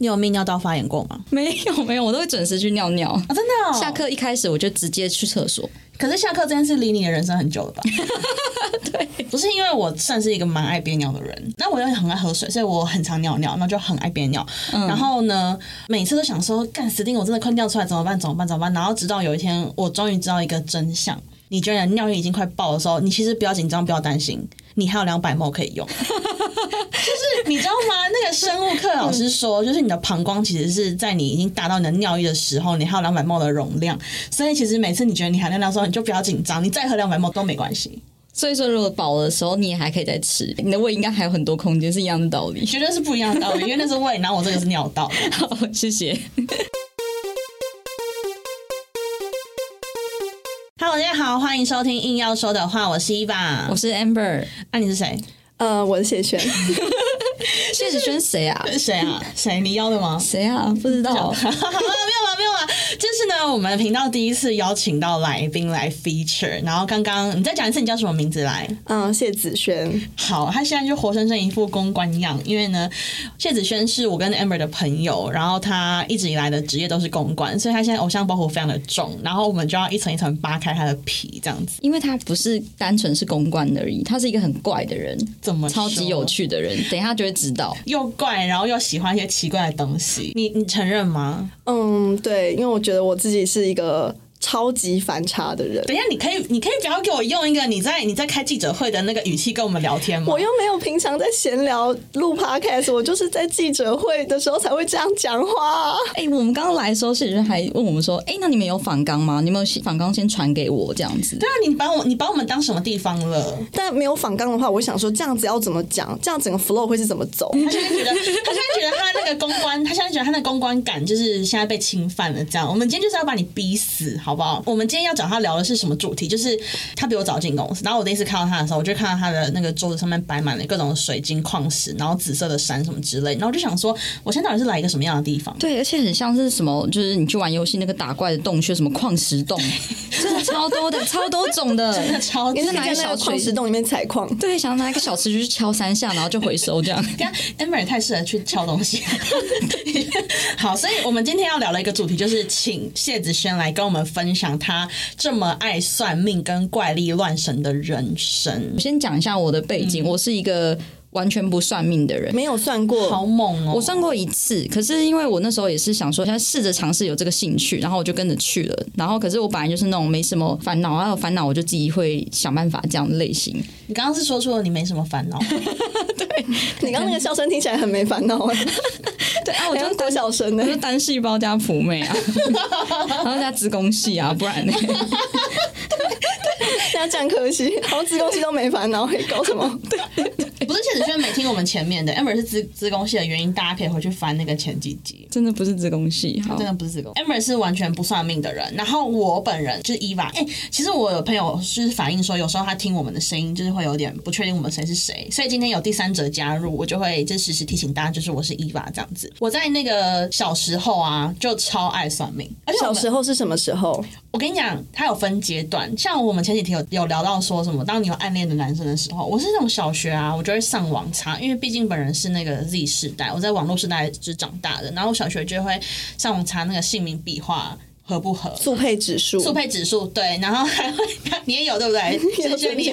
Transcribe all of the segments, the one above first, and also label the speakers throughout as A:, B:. A: 你有泌尿道发炎过吗？
B: 没有没有，我都会准时去尿尿。
A: 啊，真的、哦。
B: 下，课一开始我就直接去厕所，
A: 可是下课这件事离你的人生很久了吧？ 对，不是因为我算是一个蛮爱憋尿的人，那我又很爱喝水，所以我很常尿尿，那就很爱憋尿。然后呢，每次都想说，干死定，我真的快尿出来怎么办？怎么办？怎么办？然后直到有一天，我终于知道一个真相：你觉得尿液已经快爆的时候，你其实不要紧张，不要担心，你还有两百 ml 可以用。就是你知道吗？那个生物课老师说，就是你的膀胱其实是在你已经达到你的尿液的时候，你还有两百 ml 的容量，所以其实每次你觉得你含尿量的时候，你就不要紧张，你再喝两百 ml 都没关系，
B: 所以说如果饱的时候，你也还可以再吃，你的胃应该还有很多空间，是一样的道 理。
A: 绝对是不一样的道理。因为那是胃，然后我这个是尿道。
B: 好，谢谢。
A: Hello，大家好，欢迎收听硬要说的话，我是伊爸
B: 我。是 Amber，
A: 那、你是 谁？
C: 呃，我是谢 轩，
B: 谢子轩谁 啊？
A: 谁啊？谁？你邀的吗？
B: 谁啊？不知道。
A: 好了，没有了，没有了。就是呢，我们频道第一次邀请到来宾来 feature，然后刚刚你再讲一次你叫什么名字来？
C: 嗯、谢子轩，
A: 好，他现在就活生生一副公关样，因为呢，谢子轩是我跟 Amber 的朋友，然后他一直以来的职业都是公关，所以他现在偶像包袱非常的重，然后我们就要一层一层扒开他的皮，这样子
B: 因为他不是单纯是公关而已，他是一个很怪的人，
A: 怎么说
B: 超级有，趣的人，等一下就会知 道。
A: 又怪，然后又喜欢一些奇怪的东西，你你承认吗？
C: 嗯，对，因为我觉得我自己是一个超级反差的人，
A: 等一下，你可以你可以不要给我用一个你在你在开记者会的那个语气跟我们聊天吗？
C: 我又没有平常在闲聊录 podcast，我就是在记者会的时候才会这样讲话啊。
B: 哎、我们刚刚来的时候，谢子轩还问我们说：“哎、那你们有仿纲吗？你们有仿纲先传给我这样子。”
A: 对啊，你把我你把我们当什么地方了？
C: 但没有反纲的话，我想说这样子要怎么讲，这样整个 flow 会是怎么走？
B: 嗯
A: 他现在觉得，他现在觉得他那个公关，他现在觉得他的公关感就是现在被侵犯了。这样，我们今天就是要把你逼死，好不好？我们今天要找他聊的是什么主题？就是他比我早进公司，然后我第一次看到他的时候，我就看到他的那个桌子上面摆满了各种水晶矿石，然后紫色的山什么之类，然后我就想说，我现在到底是来一个什么样的地方？
B: 对，而且很像是什么，就是你去玩游戏那个打怪的洞穴，什么矿石 洞，真的超多的，超多种的，
A: 真的超级
B: 你。是哪
C: 在
B: 个
C: 那
B: 小
C: 个矿
B: 锤
C: 石洞里面采矿，
B: 对，想拿一个小匙去敲三下，然后就回收这样。
A: 等一下 Amber 也太适合去敲东西。 好，所以我们今天要聊的一个主题就是，请谢子轩来跟我们分享他这么爱算命跟怪力乱神的人生
B: 我，先讲一下我的背景，我是一个完全不算命的人。
C: 没有算过，
A: 好猛哦！
B: 我算过一次，可是因为我那时候也是想说，先试着尝试有这个兴趣，然后我就跟着去了。然后可是我本来就是那种没什么烦恼，然后啊有烦恼我就自己会想办法这样的类型。
A: 你刚刚是说出了你没什么烦恼，
C: 你刚刚那个笑声听起来很没烦恼啊，
B: 对 啊，我
C: 好
B: 就
C: 像国小生呢
B: 我。就单细胞加普妹 啊，然后加子宫系啊，不然呢？
C: 那这样可惜，好像子宫肌都没烦恼，搞 什么？
A: 不是谢子轩没听我们前面的 Amber 是资资工系的原因，大家可以回去翻那个前几集。
B: 真的不是子宫系，好
A: 真的不是这个。Amber 是完全不算命的人，然后我本人就是 Eva、哎，其实我有朋友就是反映说，有时候他听我们的声音，就是会有点不确定我们谁是谁，所以今天有第三者加入，我就会就时时提醒大家，就是我是 Eva 这样子。我在那个小时候啊，就超爱算命，而且我
C: 小
A: 们
C: 时候是什么时候？
A: 我跟你讲，它有分阶段。像我们前几天有有聊到说什么，当你有暗恋的男生的时候，我是那种小学啊，我就会上网查，因为毕竟本人是那个 Z 世代，我在网络时代是长大的，然后我小学就会上网查那个姓名笔画合不合。
C: 速配指数，
A: 速配指数对，然后还会 你也有对不对？ 谢谢 你。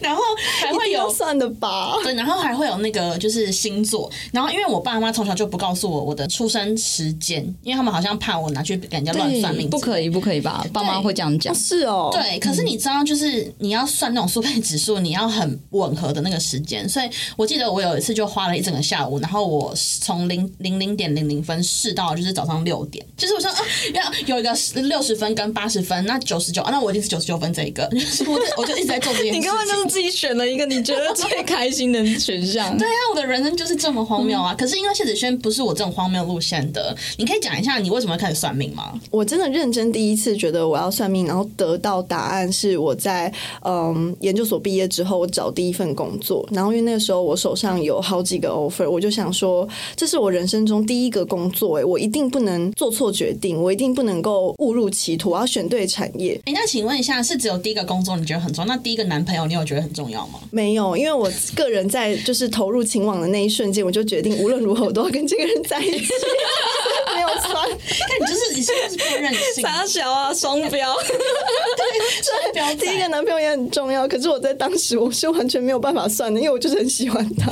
A: 然后还会有
C: 要算的吧？
A: 对，然后还会有那个就是星座，然后因为我爸妈从小就不告诉我我的出生时间，因为他们好像怕我拿去给人家乱算命，
B: 不可以，不可以吧？爸妈会这样讲
C: 哦，。是哦，
A: 对，可是你知道，就是你要算那种速配指数，你要很吻合的那个时间。所以我记得我有一次就花了一整个下午，然后我从零零零点零零分试到就是早上六点，就是我说啊，要有一个六十分跟八十分，那九十九，啊那我一定是九十九分这一个， 就是我就我就一直在做这 件事情。
B: 你根本就是自己选了一个你觉得最开心的选 项。
A: 对啊，我的人生就是这么荒谬啊！可是因为谢子轩不是我这种荒谬路线的，你可以讲一下你为什么会开始算命吗？
C: 我真的认真第一次觉得我要算命，然后得到答案是我在嗯研究所毕业之后，我找第一份工作。然后因为那个时候我手上有好几个 offer，我就想说，这是我人生中第一个工作、欸诶，我一定不能做错决定，我一定不能够误入歧途，我要选对产业。
A: 哎、那请问一下，是只有第一个工作你觉得很重要？那第一个男朋友你你有觉得很重要吗？
C: 没有，因为我个人在就是投入情网的那一瞬间，我就决定无论如何我都要跟这个人在一 起，没有算。
A: 但你就是你是不是不任性？
B: 傻小啊，双标。
A: 双标
C: 第一个
A: 仔
C: 男朋友也很重要，可是我在当时我是完全没有办法算的，因为我就是很喜欢他。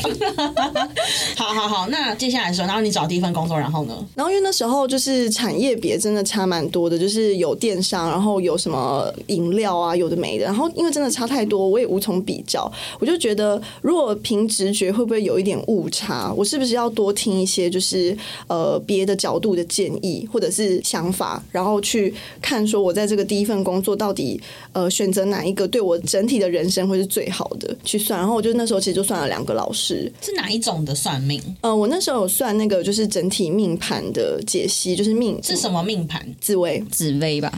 A: 好好好，那接下来说，然后你找第一份工作，然后呢？
C: 然后因为那时候就是产业别真的差蛮多的，就是有电商，然后有什么饮料啊，有的没的。然后因为真的差太多，我也无从比较，我就觉得如果凭直觉会不会有一点误差？我是不是要多听一些就是呃别的角度的建议或者是想法，然后去看说我在这个第一份工作到底呃选择哪一个对我整体的人生会是最好的去算。然后我就那时候其实就算了两个老师，
A: 是哪一种的算命？
C: 呃，我那时候有算那个就是整体命盘的解析，就是命
A: 是什么命盘？
C: 紫薇，
B: 紫薇吧，？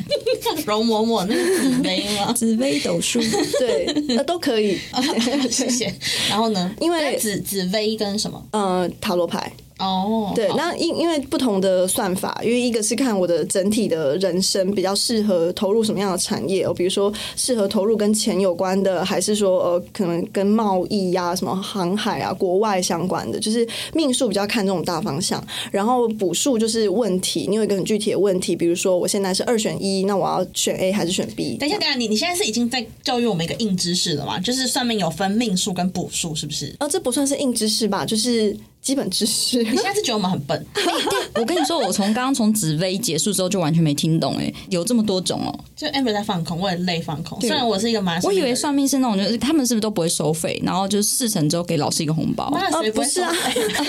A: 容嬷嬷那个紫薇吗
B: 紫薇斗数，
C: 对，那都可以。
A: 谢谢。然后呢？
C: 因为
A: 那紫紫薇跟什么？
C: 呃，塔罗牌
A: 哦，
C: 对，
A: 好
C: 那因因为不同的算法，因为一个是看我的整体的人生比较适合投入什么样的产业，哦，比如说适合投入跟钱有关的，还是说呃可能跟贸易呀、什么航海啊、国外相关的，就是命数比较看这种大方向。然后补数就是问题，你有一个很具体的问题，比如说我现在是二选一，那我要选 A 还是选 B？
A: 等一下，等一下，你你现在是已经在教育我们一个硬知识了嘛？就是算命有分命数跟补数，是不 是？
C: 啊，这不算是硬知识吧，就是基本知 识。
A: 你现在是觉得我们很笨？
B: 我跟你说，我从刚刚从紫薇结束之后就完全没听懂哎、有这么多种哦、
A: 就 Amber 在放空，我也累放空。虽然我是一个蛮……
B: 我以为算命是那种，就是他们是不是都不会收费，然后就是事成之后给老师一个红包，
A: 妈谁
C: 不
A: 会
C: 是 啊，
A: 算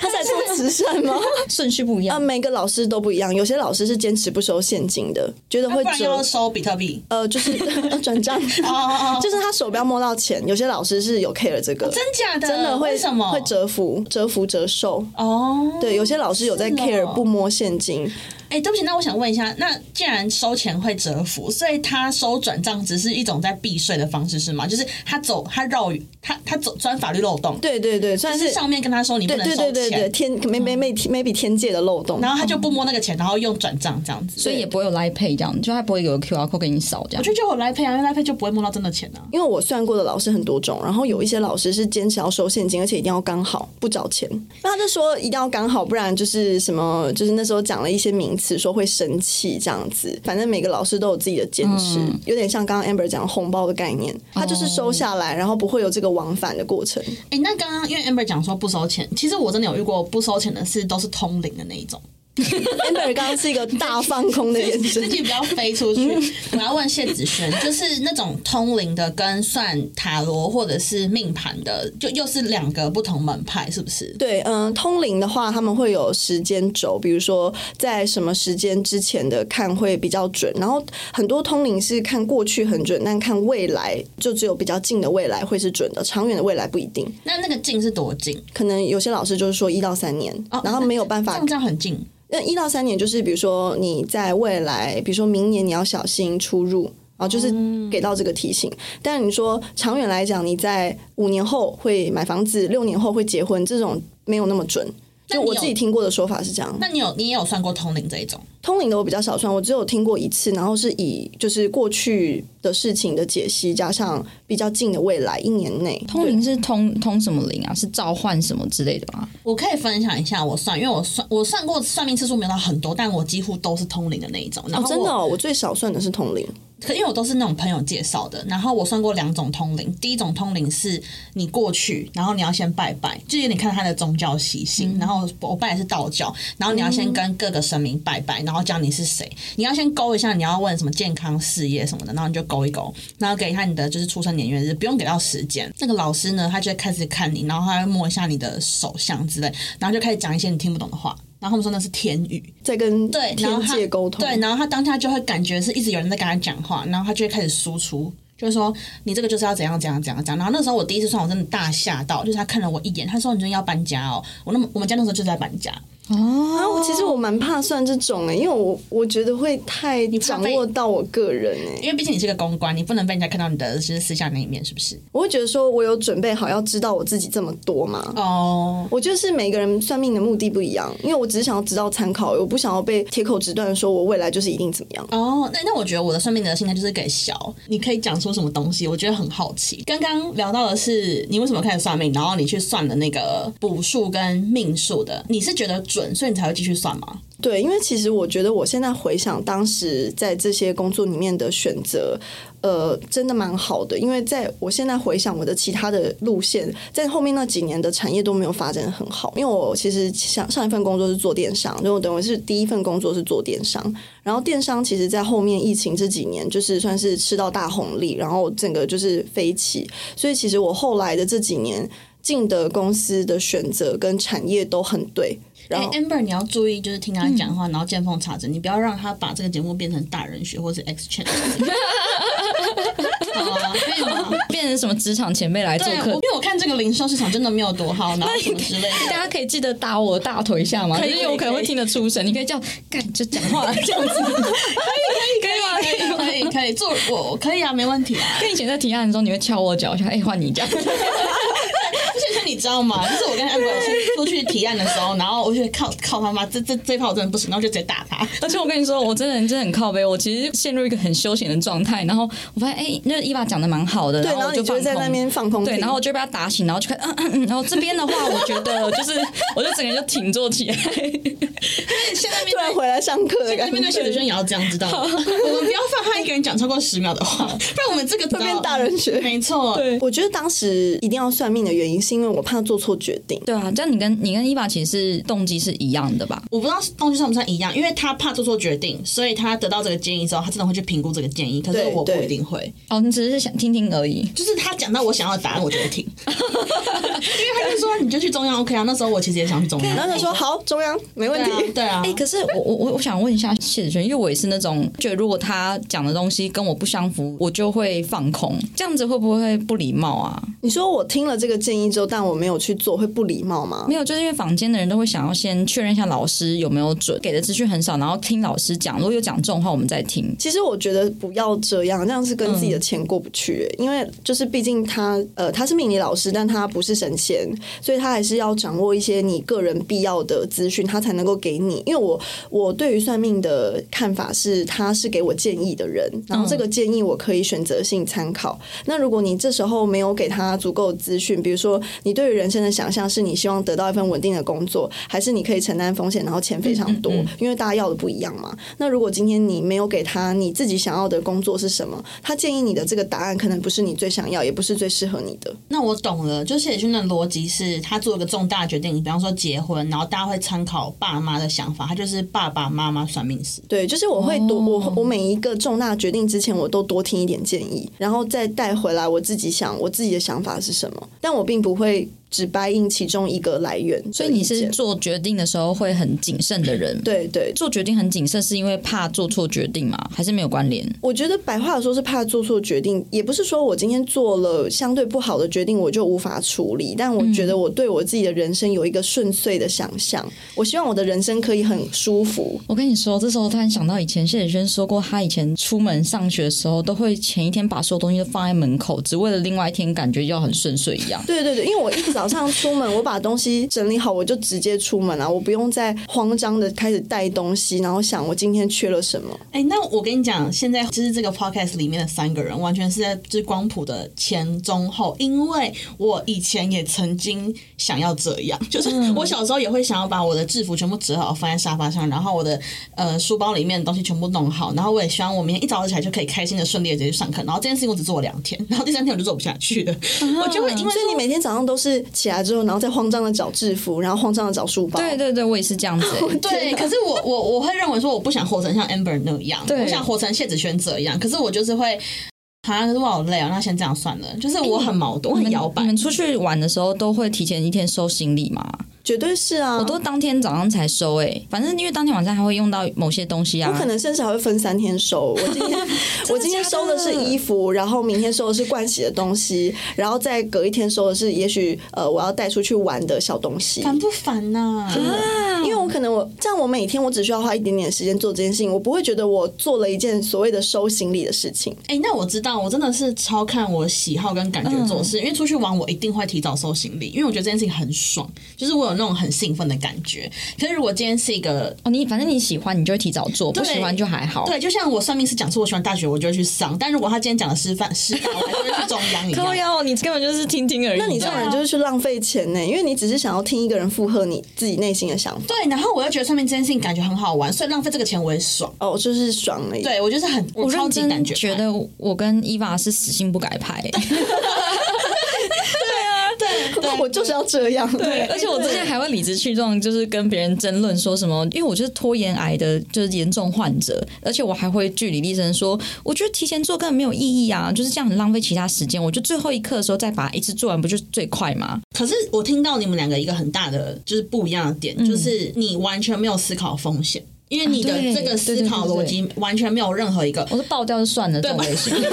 C: 他在做慈善吗？
B: 顺序不一
C: 啊，
B: 样。
C: 每个老师都不一样，有些老师是坚持不收现金的，觉得
A: 啊不
C: 会
A: 然
C: 折
A: 要，收比特币。
C: 呃，就是 呃转账，
A: 哦哦哦
C: 就是他手不要摸到钱。有些老师是有 care 这个，
A: 真假的？
C: 真的会
A: 为什么？
C: 会折服、折服、折寿。
A: 哦，
C: 对，有些老师有在
A: 是哦
C: care 不摸现金，
A: 哎、对不起，那我想问一下，那既然收钱会折服，所以他收转账只是一种在避税的方式是吗？就是他走他绕他他走钻法律漏洞，
C: 对对对，算
A: 就是
C: 是
A: 上面跟他说你不
C: 对
A: 能收钱，
C: 对
A: 嗯
C: 对对对天 maybe maybe maybe 天界的漏洞
A: 然。后他就不摸那个钱，然后用转账这样子。
B: 所以也不会有 Line Pay 这样，就他不会有 QR code 给你扫这
A: 我
B: 样。
A: 就觉得我来配啊，因为来配就不会摸到真的钱啊。
C: 因为我算过的老师很多种，然后有一些老师是坚持要收现金，而且一定要刚好不找钱。那他就说一定要刚好，不然就是什么，就是那时候讲了一些名词，说会生气这样子。反正每个老师都有自己的坚持，
B: 嗯
C: 有点像刚刚 Amber 讲的红包的概念，他就是收下来，然后不会有这个往返的过程。
A: 哎、那刚刚因为 Amber 讲说不收钱，其实我真的有遇过不收钱的事，都是通灵的那一种，
C: Amber 刚刚是一个大放空的眼
A: 自
C: 神。
A: 己不要飞出去。
C: 嗯
A: 我要问谢子轩，就是那种通灵的跟算塔罗或者是命盘的，就又是两个不同门派，是不是？
C: 对，嗯、通灵的话，他们会有时间轴，比如说在什么时间之前的看会比较准。然后很多通灵是看过去很准，但看未来就只有比较近的未来会是准的，长远的未来不一定。
A: 那那个近是多近？
C: 可能有些老师就是说一到三年，然后没有办
A: 哦这
C: 法
A: 样。这样很近。
C: 那一到三年就是比如说你在未来，比如说明年你要小心出入。然后就是
A: 嗯
C: 给到这个提醒，但你说长远来讲，你在五年后会买房子，六年后会结婚，这种没有那么准。
A: 那
C: 就
A: 你
C: 我
A: 有
C: 自己听过的说法是这样。
A: 那你有你也有算过通灵这一种？
C: 通灵的我比较少算，我只有听过一次，然后是以就是过去的事情的解析，加上比较近的未来一年内
B: 通灵是通通什么灵啊？是召唤什么之类的吗？
A: 我可以分享一下我算，因为我算我算过算命次数没有到很多，但我几乎都是通灵的那一种。然
C: 哦
A: 后，
C: 真的
A: 我
C: 哦，我最少算的是通灵，
A: 可因为我都是那种朋友介绍的，然后我算过两种通灵。第一种通灵是你过去，然后你要先拜拜，就有点看他的宗教习性。然后我拜的是道教，然后你要先跟各个神明拜拜，然后讲你是谁，你要先勾一下你要问什么健康、事业什么的，然后你就勾一勾，然后给他你的就是出生年月日，不用给到时间。那个老师呢，他就会开始看你，然后他会摸一下你的手相之类，然后就开始讲一些你听不懂的话。然后他们说那是天语，
C: 在跟
A: 对，然后
C: 天
A: 他
C: 界沟通，
A: 对，然后他当下就会感觉是一直有人在跟他讲话，然后他就会开始输出。就是说，你这个就是要怎样怎样怎样怎样。然后那时候我第一次算，我真的大吓到，就是他看了我一眼，他说：“你真的要搬家哦？”我那么我们家那时候就在搬家，
C: 啊，
B: 哦
C: 我其实我蛮怕算这种哎、因为我我觉得会太
A: 怕
C: 掌
A: 被
C: 握到我个人哎、
A: 因为毕竟你是个公关，你不能被人家看到你的就是私下那一面，是不是？
C: 我会觉得说我有准备好要知道我自己这么多吗？
A: 哦，
C: 我觉得是每个人算命的目的不一样，因为我只是想要知道参考，我不想要被铁口直断说我未来就是一定怎么样。
A: 哦，那那我觉得我的算命的心态就是给小，你可以讲出什么东西，我觉得很好奇。刚刚聊到的是你为什么开始算命，然后你去算了那个卜数跟命数的，你是觉得准，所以你才会继续算吗？
C: 对，因为其实我觉得我现在回想当时在这些工作里面的选择，呃，真的蛮好的。因为在我现在回想我的其他的路线，在后面那几年的产业都没有发展的很好。因为我其实上上一份工作是做电商，然后等于是第一份工作是做电商，然后电商其实在后面疫情这几年就是算是吃到大红利，然后整个就是飞起。所以其实我后来的这几年进的公司的选择跟产业都很对。然
A: 哎、
C: 后嗯
A: a m b e r 你要注意，就是听他讲话，然后见缝插针，你不要让他把这个节目变成大人学或是 X c h a n n 好啊，可以吗？
B: 变成什么职场前辈来做
A: 对，我
B: 客
A: 因，为我看这个零售市场真的没有多好，然后什么之类
B: 大
A: 的。
B: 家可以记得打我大腿一下嘛，
A: 可以
B: 因为我可能
A: 可
B: 会
A: 以
B: 听得出神。你可以这样干就讲话这样子，可以可以可以吗？
A: 可以可以做我我可以啊，没问题啊。
B: 跟以前在提案的时候，你会敲我脚一下，哎，换你讲。
A: 而且你知道吗？就是我跟安博老师出去提案的时候，然后我就觉得靠靠他妈，这这这一炮我真的不行，然后就直接打他。
B: 而且我跟你说，我真的真的很靠背，我其实陷入一个很休闲的状态，然后我发现哎，那伊娃讲的蛮好的，
C: 对，
B: 然后
C: 然后
B: 我
C: 你就
B: 放
C: 会在那
B: 空
C: 边放空听，
B: 对，然后我就被他打醒，然后就看，嗯嗯嗯，然后这边的话，我觉得就是，我就整个人就挺坐起来。
A: 现在面
C: 突然
A: 对
C: 回来上课的
A: 现在
C: 感
A: 面对小学生
C: 觉。
A: 也要这样，知道吗？我们不要放他一个人讲超过十秒的话，不然我们这个
C: 会变大人学
A: 没错，
B: 对
C: 我觉得当时一定要算命的原因，是因为我怕做错决 定。
B: 对啊，这样你跟你跟伊娃其实是动机是一样的吧？
A: 我不知道东西算不算一样，因为他怕做错决定，所以他得到这个建议之后，他真的会去评估这个建议。可是
C: 对
A: 我不
C: 对
A: 一定会，
B: 哦，你只是想听听而已。
A: 就是他讲到我想要的答案，我就会听。因为他就说你就去中央 OK 啊，那时候我其实也想去中央。
C: 然后他说：“好，中央没问
A: 对啊
C: 题。
A: 对啊，
B: 哎、可是我我我我想问一下谢子轩，因为我也是那种觉得如果他讲的东西跟我不相符，我就会放空，这样子会不会不礼貌啊？
C: 你说我听了这个建议之后，但我没有去做，会不礼貌吗
B: 没？有，就是因为坊间的人都会想要先确认一下老师有没有准，给的资讯很少，然后听老师讲，如果有讲中的话，我们再听。
C: 其实我觉得不要这样，这样是跟自己的钱过不去、欸因为就是毕竟他呃他是命理老师，但他不是神仙，所以他还是要掌握一些你个人必要的资讯，他才能够给你。因为我我对于算命的看法是，他是给我建议的人，然后这个建议我可以选择性参考。那如果你这时候没有给他足够的资讯，比如说你对于人生的想象是你希望得到一份稳定的工作，还是你可以承担风险，然后钱非常多，因为大家要的不一样嘛。那如果今天你没有给他你自己想要的工作是什么，他建议你的这个答案可能不是你最想要，也不是最适合你的。
A: 那我懂了，就谢宇轩的逻辑是他做一个重大决定，比方说结婚，然后大家会参考爸妈的想法，他就是爸爸妈妈算命师。
C: 对，就是我会多、我我每一个重大决定之前，我都多听一点建议，然后再带回来我自己想我自己的想法是什么，但我并不会只掰硬其中一个来源的意见。
B: 所以你是做决定的时候会很谨慎的人，
C: 对对，
B: 做决定很谨慎，是因为怕做错决定吗？还是没有关联？
C: 我觉得白话的说是怕做错决定，也不是说我今天做了相对不好的决定我就无法处理，但我觉得我对我自己的人生有一个顺遂的想象，嗯我希望我的人生可以很舒服。
B: 我跟你说，这时候突然想到以前谢子轩说过，他以前出门上学的时候，都会前一天把所有东西都放在门口，只为了另外一天感觉要很顺遂一样。
C: 对对对，因为我一早上出门，我把东西整理好，我就直接出门了、我不用再慌张的开始带东西，然后想我今天缺了什么。
A: 哎、那我跟你讲，现在就是这个 podcast 里面的三个人，完全是在就是光谱的前中后，因为我以前也曾经想要这样，就是
C: 嗯
A: 我小时候也会想要把我的制服全部折好放在沙发上，然后我的呃书包里面的东西全部弄好，然后我也希望我明天一早起来就可以开心的顺利的直接去上课，然后这件事情我只做了两天，然后第三天我就做不下去了，我就会因为
C: 啊所以你每天早上都是起来之后，然后再慌张的找制服，然后慌张的找书 包。
B: 对对对，我也是这样 子、欸
A: 对，可是我我我会认为说，我不想活成像 Amber 那样，
B: 对
A: 我想活成谢子轩这样。可是我就是会，啊，可是我好累啊，那先这样算了。就是我很矛盾，我
B: 哎你
A: 很
B: 们
A: 摇摆
B: 你。们出去玩的时候都会提前一天收行李吗？
C: 绝对是啊，
B: 我都当天早上才收哎、反正因为当天晚上还会用到某些东西啊。
C: 我可能甚至还会分三天收。我 今天我今天收的是衣服，然后明天收的是盥洗的东西，然后再隔一天收的是也许呃我要带出去玩的小东西。
A: 烦不烦啊呐、
B: 啊
C: 因为我可能我这样，我每天我只需要花一点点时间做这件事情，我不会觉得我做了一件所谓的收行李的事情。
A: 哎、那我知道，我真的是超看
B: 啊
A: 我喜好跟感觉做事，因为出去玩我一定会提早收行李，因为我觉得这件事情很爽，就是我有有那种很兴奋的感觉。可是如果今天是一个
B: 哦，你反正你喜欢，你就会提早做；不喜欢就还好。
A: 对，就像我算命是讲说我喜欢大学，我就会去上；但如果他今天讲的师范师大，我还是会去中央一样。
B: 靠腰，啊你根本就是听听而已。
C: 那你这种人就是去浪费钱呢、因为你只是想要听一个人附和你自己内心的想法，
A: 对，然后我又觉得算命这件事情感觉很好玩，所以浪费这个钱我也爽。
C: 哦，就是爽而已。，
A: 对我就是很我
B: 我
A: 超
B: 认
A: 级
B: 真
A: 感觉
B: 觉
A: 派
B: 得我跟伊娃是死性不改派、欸
C: 我就是要这样。 对
B: 而且我之前还会理直气壮，就是跟别人争论说什么，因为我就是拖延癌的，就是严重患者，而且我还会据理力争说，我觉得提前做根本没有意义啊， 就是这样很浪费其他时间，我就最后一刻的时候再把它一次做完，不就是最快吗？
A: 可是我听到你们两个一个很大的就是不一样的点，就是你完全没有思考风险，因为你的
B: 嗯啊对
A: 这个思考逻辑完全没有任何一个。
B: 我说爆掉就算了，这种类型。
A: 对，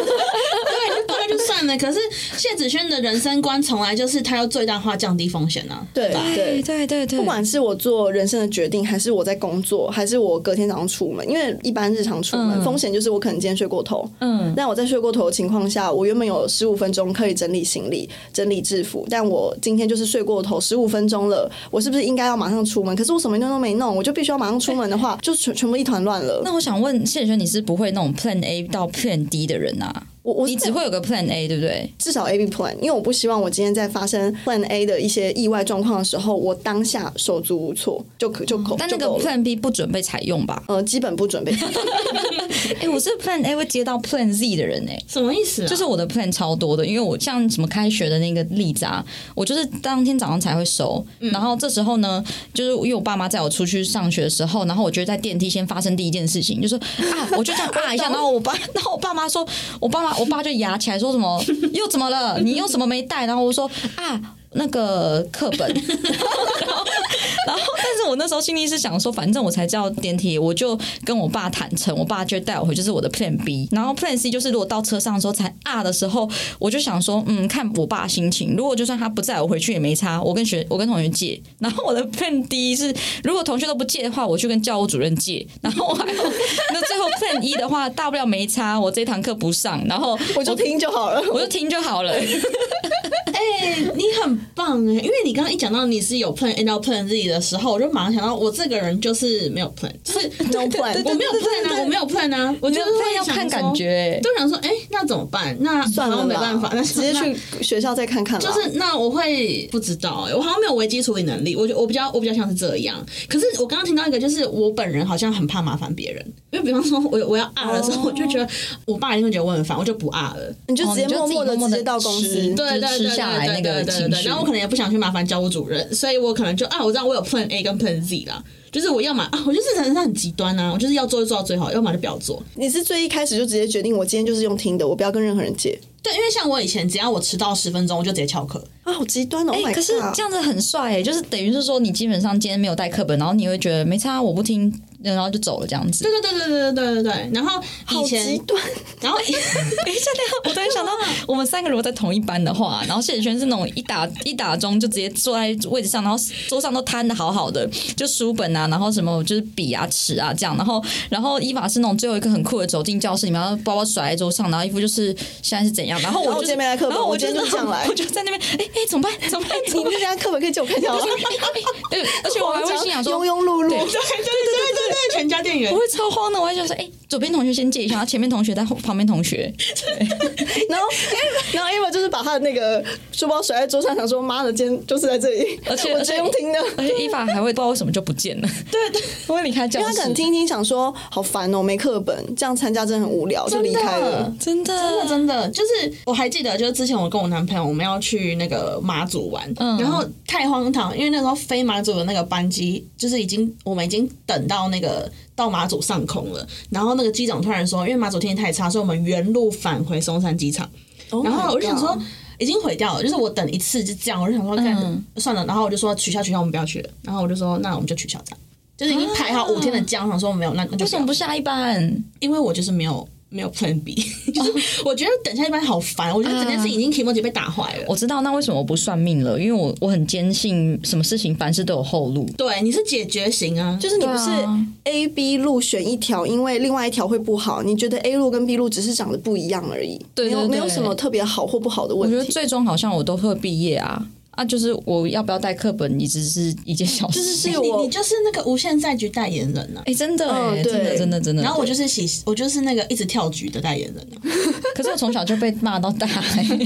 A: 大概就算了。可是谢子轩的人生观从来就是他要最大化降低风险啊。
C: 对 对。
B: 对对对，
C: 不管是我做人生的决定，还是我在工作，还是我隔天早上出门，因为一般日常出门、
B: 嗯
C: 风险就是我可能今天睡过头，
B: 嗯，
C: 但我在睡过头的情况下，我原本有十五分钟可以整理行李、整理制服，但我今天就是睡过头十五分钟了，我是不是应该要马上出门？可是我什么都没弄，我就必须要马上出门的话，就全全部一团乱了。
B: 那我想问谢宇轩，你是不会那种 Plan A 到 Plan D 的人啊？
C: 我我
B: 你只会有个 Plan A，对不对？
C: 至少 A B plan，因为我不希望我今天在发生 plan A 的一些意外状况的时候，我当下手足无措，就可就
B: 嗯
C: 口
B: 但那
C: 就
B: 个
C: 够了。
B: Plan B 不准备采用 吧？
C: 呃，基本不准备。
B: 哎、我是 Plan A 会接到 Plan Z 的人哎、
A: 什么意思、啊？
B: 就是我的 plan 超多的，因为我像什么开学的那个例子啊，我就是当天早上才会收，然后这时候呢，就是因为我爸妈载我出去上学的时候，然后我就在电梯先发生第一件事情，就是啊， 我就这样啊一下，然后我爸，然后我爸妈说，我爸妈，我爸就牙起来说什么 又怎么了？你又怎么没带？然后我说啊。那个课本，然后然后，但是我那时候心里是想说，反正我才叫电梯，我就跟我爸坦诚，我爸就带我回，就是我的 Plan B。然后 Plan C 就是，如果到车上的时候才啊的时候，我就想说，嗯，看我爸心情。如果就算他不在我回去也没差，我跟学我跟同学借。然后我的 Plan D 是，如果同学都不借的话，我去跟教务主任借。 然后我还有那最后 Plan 一的话，大不了没差，我这堂课不上，然后
C: 我就听就好了。
B: 我就听就好了。
A: 哎、你很棒哎、因为你刚刚一讲到你是有 plan A 到 plan Z 的时候，我就马上想到我这个人就是没有 plan，就是
C: No plan，
A: 我没有 plan 啊，我没有 plan 啊， 我就是会
B: 要
A: 想
B: 看感
A: 说
B: 觉、欸。
A: 就想说，哎、那怎么办？那
C: 算
A: 好
C: 了
A: 像没
C: 啦
A: 办法，那
C: 直接
A: 那
C: 去学校再看看啦。
A: 就是那我会不知道、欸，我好像没有危机处理能力，我觉我比较我比较像是这样。可是我刚刚听到一个，就是我本人好像很怕麻烦别人，因为比方说我我要啊的时候，我就觉得我爸一定会觉得我很烦，我就不啊了。
C: 你就直接
B: 哦你就
C: 默
B: 自己
C: 默
B: 默
C: 的直
B: 默地
C: 接到公司
A: 对
B: 吃。就
A: 对
B: 是
A: 对
B: 吃
A: 对
B: 下来那
A: 对
B: 个
A: 对对
B: 情
A: 对，
B: 绪
A: 然后我可能也不想去麻烦教务主任，所以我可能就啊，我知道我有 Plan A 跟 Plan Z 啦，就是我要么啊，我就是人生很极端啊，我就是要做就做到最好，要么就不要做。
C: 你是最一开始就直接决定，我今天就是用听的，我不要跟任何人借
A: 对，因为像我以前，只要我迟到十分钟，我就直接翘课。
C: 啊，好极端哦！
B: 哎、
C: Oh my
B: 可是
C: God
B: 这样子很帅哎、就是等于是说你基本上今天没有带课本，然后你会觉得没差，啊我不听，然后就走了这样子。
A: 对对对对对对对对。然后以
C: 好极
A: 前，
C: 端，
A: 然后
B: 等一下，等一下，哎我突然想到，我们三个如果在同一班的话，然后谢子轩是那种一打一打钟就直接坐在位置上，然后桌上都摊的好好的，就书本啊，然后什么就是笔啊、尺啊这样，然后然后伊法是那种最后一个很酷的走进教室里面，然后包包甩在桌上，然后一副就是现在是怎样，然后我
C: 然后我
B: 就
C: 今天没来课本
B: 然后我
C: 我今天
B: 就
C: 就是这样来
B: 我就在那边，哎、哎、怎么办？怎 么办？怎
C: 你
B: 么办
C: 那家课本可以借我看一下吗？
B: 哎而且我还会心想说
C: 庸，庸
B: 对
C: 碌碌，
A: 对对对对对，全家店员
B: 我会超慌的，我还想说，哎、左边同学先借一下，然后前面同学在后旁边同学，
C: 然后，然后 Eva 就是把他的那个书包甩在桌上，想说：“妈的，今天就是在这里，
B: 而且
C: 我直接用听的。”
B: 而且伊法还会不知道为什么就不见了，
A: 对对，
B: 我会离开教
C: 因
B: 室，
C: 为他可能听一听，想说：“好烦哦，没课本，这样参加真的很无聊，就离开了。
B: 真的
A: 真的真的，就是我还记得，就是之前我跟我男朋友我们要去那个马祖玩，
B: 嗯
A: 然后太荒唐，因为那时候飞马祖的那个班机，就是已经我们已经等到那个到马祖上空了，然后那个机长突然说，因为马祖天气太差，所以我们原路返回松山机场，”然后我就想
C: Oh
A: 说。已经毁掉了，就是我等一次就这样，我就想说干、
B: 嗯
A: 算了，然后我就说取消取消，我们不要去了。然后我就说那我们就取消这样，就是已经排好五天的假，我想说没有那那就
B: 为什
A: 不要
B: 么不下一班？
A: 因为我就是没有没有 Plan B，就是我觉得等下一班好烦，我觉得整件事情已经 k i m o j 被打坏了。
B: 我知道，那为什么我不算命了？因为我我很坚信什么事情凡事都有后路。
A: 对，你是解决型啊，
C: 就是你不是
B: 对啊
C: A、B 路选一条，因为另外一条会不好。你觉得 A 路跟 B 路只是长得不一样而已，
B: 对对
C: 没有
B: 对
C: 没有什么特别好或不好的
B: 我
C: 问
B: 觉得
C: 题。
B: 最终好像我都会毕业啊。啊，啊，就是我要不要带课本，你只是一件小事，
C: 就是是
A: 你
C: 我
A: 你就是那个无限赛局代言人啊。
B: 哎、真的、
C: 嗯
B: 哎，
C: 对
B: 真的，真的，真的。
A: 然后我就是喜，我就是那个一直跳局的代言人啊、
B: 可是我从小就被骂到大、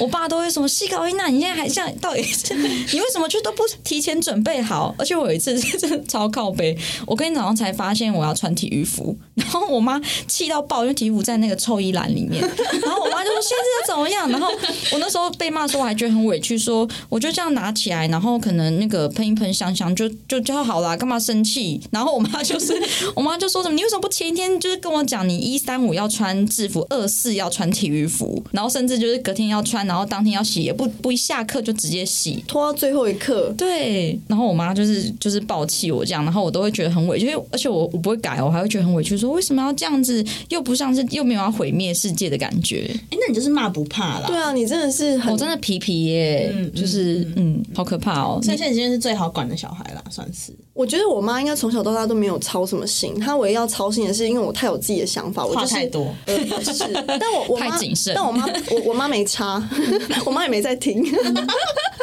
B: 我爸都会什么细高音呐、你现在还像到底是你为什么就都不提前准备好？而且我有一次真的超靠背，我跟你早上才发现我要穿体育服， 然后我妈气到爆，因为体育服在那个臭衣篮里面，然后我妈就说现在是怎么样？然后我那时候被骂说，我还觉得很委屈说，我就这样拿起来，然后可能那个喷一喷香香就就就好啦，干嘛生气？然后我妈就是 我妈就说什么，你为什么不前一天就是跟我讲你一三五要穿制服，二四要穿体育服，然后甚至就是隔天要穿，然后当天要洗，也不不一下课就直接洗。
C: 拖到最后一刻，
B: 对，然后我妈就是就是暴气我这样，然后我都会觉得很委屈，因为而且我我不会改，我还会觉得很委屈，说为什么要这样子，又不像是又没有要毁灭世界的感觉。
A: 哎，那你就是骂不怕啦。
C: 对啊，你真的是很
B: 我真的皮皮耶，
A: 嗯
B: 就是嗯好可怕哦。
A: 所以现在已经是最好管的小孩啦，算是。
C: 我觉得我妈应该从小到大都没有操什么心，她唯一要操心的是，因为我太有自己的想法，我就
A: 话太
C: 是
A: 多，
C: 呃也是， 但我我妈
B: 太谨慎
C: 但我妈我我妈没差， 我妈也没在听，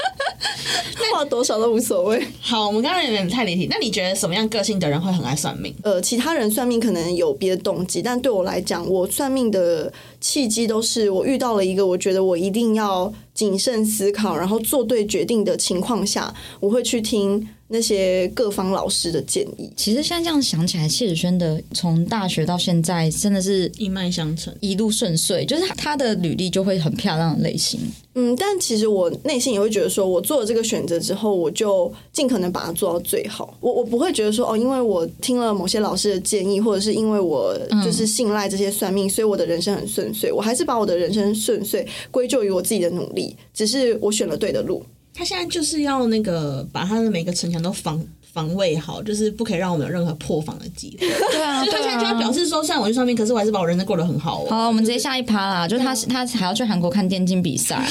C: 话多少都无所谓。
A: 好，我们刚刚有点太离题。那你觉得什么样个性的人会很爱算命？
C: 呃，其他人算命可能有别的动机，但对我来讲，我算命的契机都是我遇到了一个我觉得我一定要谨慎思考，然后做对决定的情况下，我会去听那些各方老师的建议。
B: 其实现在这样想起来，谢子轩的从大学到现在真的是
A: 一脉相承。
B: 一路顺遂，就是他他的履历就会很漂亮的类型。
C: 嗯，但其实我内心也会觉得说，我做了这个选择之后，我就尽可能把它做到最好。我我不会觉得说，哦，因为我听了某些老师的建议，或者是因为我
B: 嗯
C: 就是信赖这些算命，所以我的人生很顺遂。我还是把我的人生顺遂归咎于我自己的努力，只是我选了对的路。
A: 他现在就是要那个把他的每个城墙都防防卫好，就是不可以让我们有任何破防的机 会。
B: 对啊，
A: 所以他现在就要表。示说，虽然我去算命，可是我还是把我人生过得很好哦。
B: 好了，我们直接下一趴啦，就是他
A: 啊
B: 他还要去韩国看电竞比赛、啊。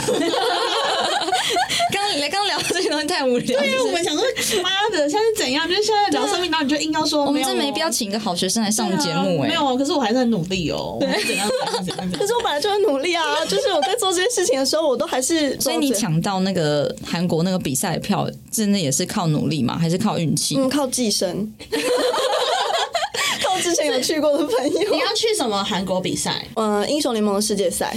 B: 刚刚刚聊这些东西太无聊，
A: 因啊为我们想说，妈的，现在是怎样？就是现在聊算命，然后你就硬要说，
B: 我们
A: 有哦
B: 真没必要请一个好学生来上节目哎、
A: 没有啊，可是我还是很努力哦。我还是怎样怎样怎 样怎
C: 可
A: 样
C: 是。我本来就很努力啊，就是我在做这些事情的时候，我都还 是
B: 所以
A: 啊
B: 你抢到那个韩国那个比赛的票，真的也是靠努力吗？还是靠运气？
C: 嗯，靠寄生， 靠之前有去过的朋友
A: 你。要去什么韩国比赛？
C: 嗯，英雄联盟的世界赛，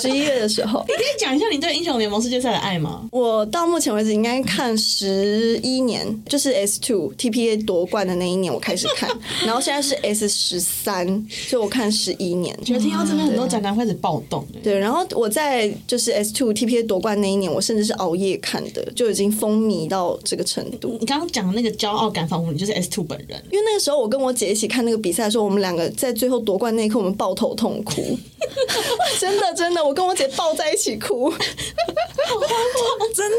C: 十一月的时候，
A: 可以讲一下你对英雄联盟世界赛的爱吗？
C: 我到目前为止应该看十一年，就是 S two TPA 夺冠的那一年我开始看，然后现在是 S 十三，所以我看十一年。
A: 觉得听到这边很多宅男开始暴动、欸，
C: 对，然后我在就是 S two TPA 夺冠那一年，我甚至是熬夜看的，就已经风靡到这个程度。
A: 你刚刚讲的那个骄傲感，仿佛你就是 S two 本人。
C: 因为那个时候我跟我姐一起看那个比赛的时候，我们两个在最后夺冠那一刻，我们抱头 痛哭，真的真的，我跟我姐抱在一起哭。
B: 真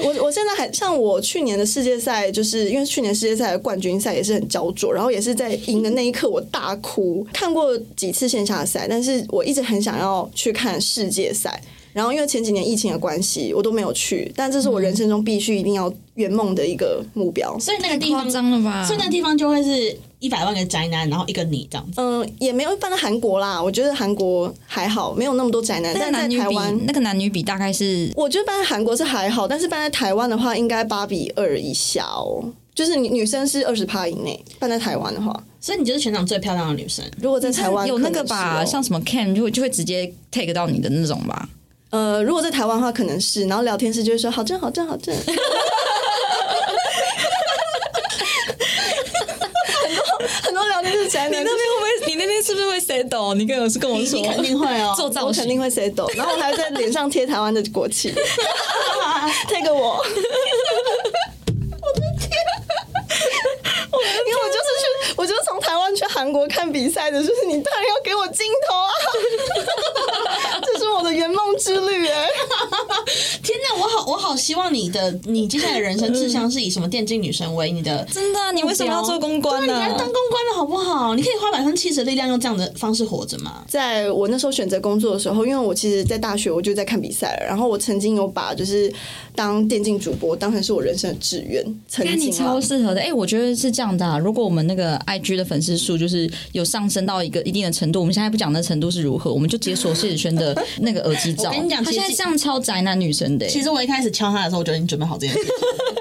B: 的
C: 我我现在还像我去年的世界赛，就是因为去年世界赛的冠军赛也是很焦灼，然后也是在赢的那一刻我大哭。看过几次线下赛，但是我一直很想要去看世界赛。然后因为前几年疫情的关系，我都没有去，但这是我人生中必须一定要圆梦的一个目标。
A: 所以那个地
B: 夸
A: 方，嗯所
B: 张了吧？
A: 以那个地方就会是一百万个宅男，然后一个你这样子。
C: 嗯，也没有搬到韩国啦，我觉得韩国还好，没有那么多宅男。
B: 那个
C: 但在
B: 男女
C: 台
B: 比
C: 湾，，
B: 那个男女比大概是
C: 我觉得搬在韩国是还好，但是搬在台湾的话，应该八比二以下哦。就是女女生是二十趴以内，搬在台湾的话，
A: 所以你就是全场最漂亮的女生。
C: 如果在台湾
B: 有
C: 可
B: 那
C: 能
B: 个吧，
C: 是哦
B: 像什么 Cam 就会就会直接 take 到你的那种吧。
C: 呃，如果在台湾的话，可能是，然后聊天室就会说好正好 正好正，很多很多聊天室宅男，
B: 会不会？你那边是不是会 say 抖？你跟我是跟我
A: 你肯定会哦，
B: 做造
C: 我肯定
B: 型。
C: 会 say 抖，然后我还在脸上贴台湾的 国旗，take 我。 啊因为我就是去，我就是从台湾去韩国看比赛的，就是你当然要给我镜 欸头啊！这是我的圆梦之旅哎、
A: 天的，我好我好希望你的你接下来的人生志向是以什么电竞女神为你的。
B: 真的啊、 你为什么要做公关啊
A: 你
B: 呢、
A: 来当公关的好不好？你可以花百分之七十的力量用这样的方式活着嘛？
C: 在我那时候选择工作的时候，因为我其实，在大学我就在看比赛了，然后我曾经有把就是当电竞主播当成是我人生的志愿，曾
B: 那你
C: 经啊
B: 超适合的，哎、我觉得是这样的、啊。如果我们那个 IG 的粉丝数就是有上升到一个一定的程度，我们现在不讲那程度是如何，我们就解锁谢子轩的 那个耳机罩。
A: 我跟你讲
B: 他
A: 其实
B: 现在这样超宅男女生的、欸
A: 其实我一开始敲他的时候，我就已经准备好这件事 情，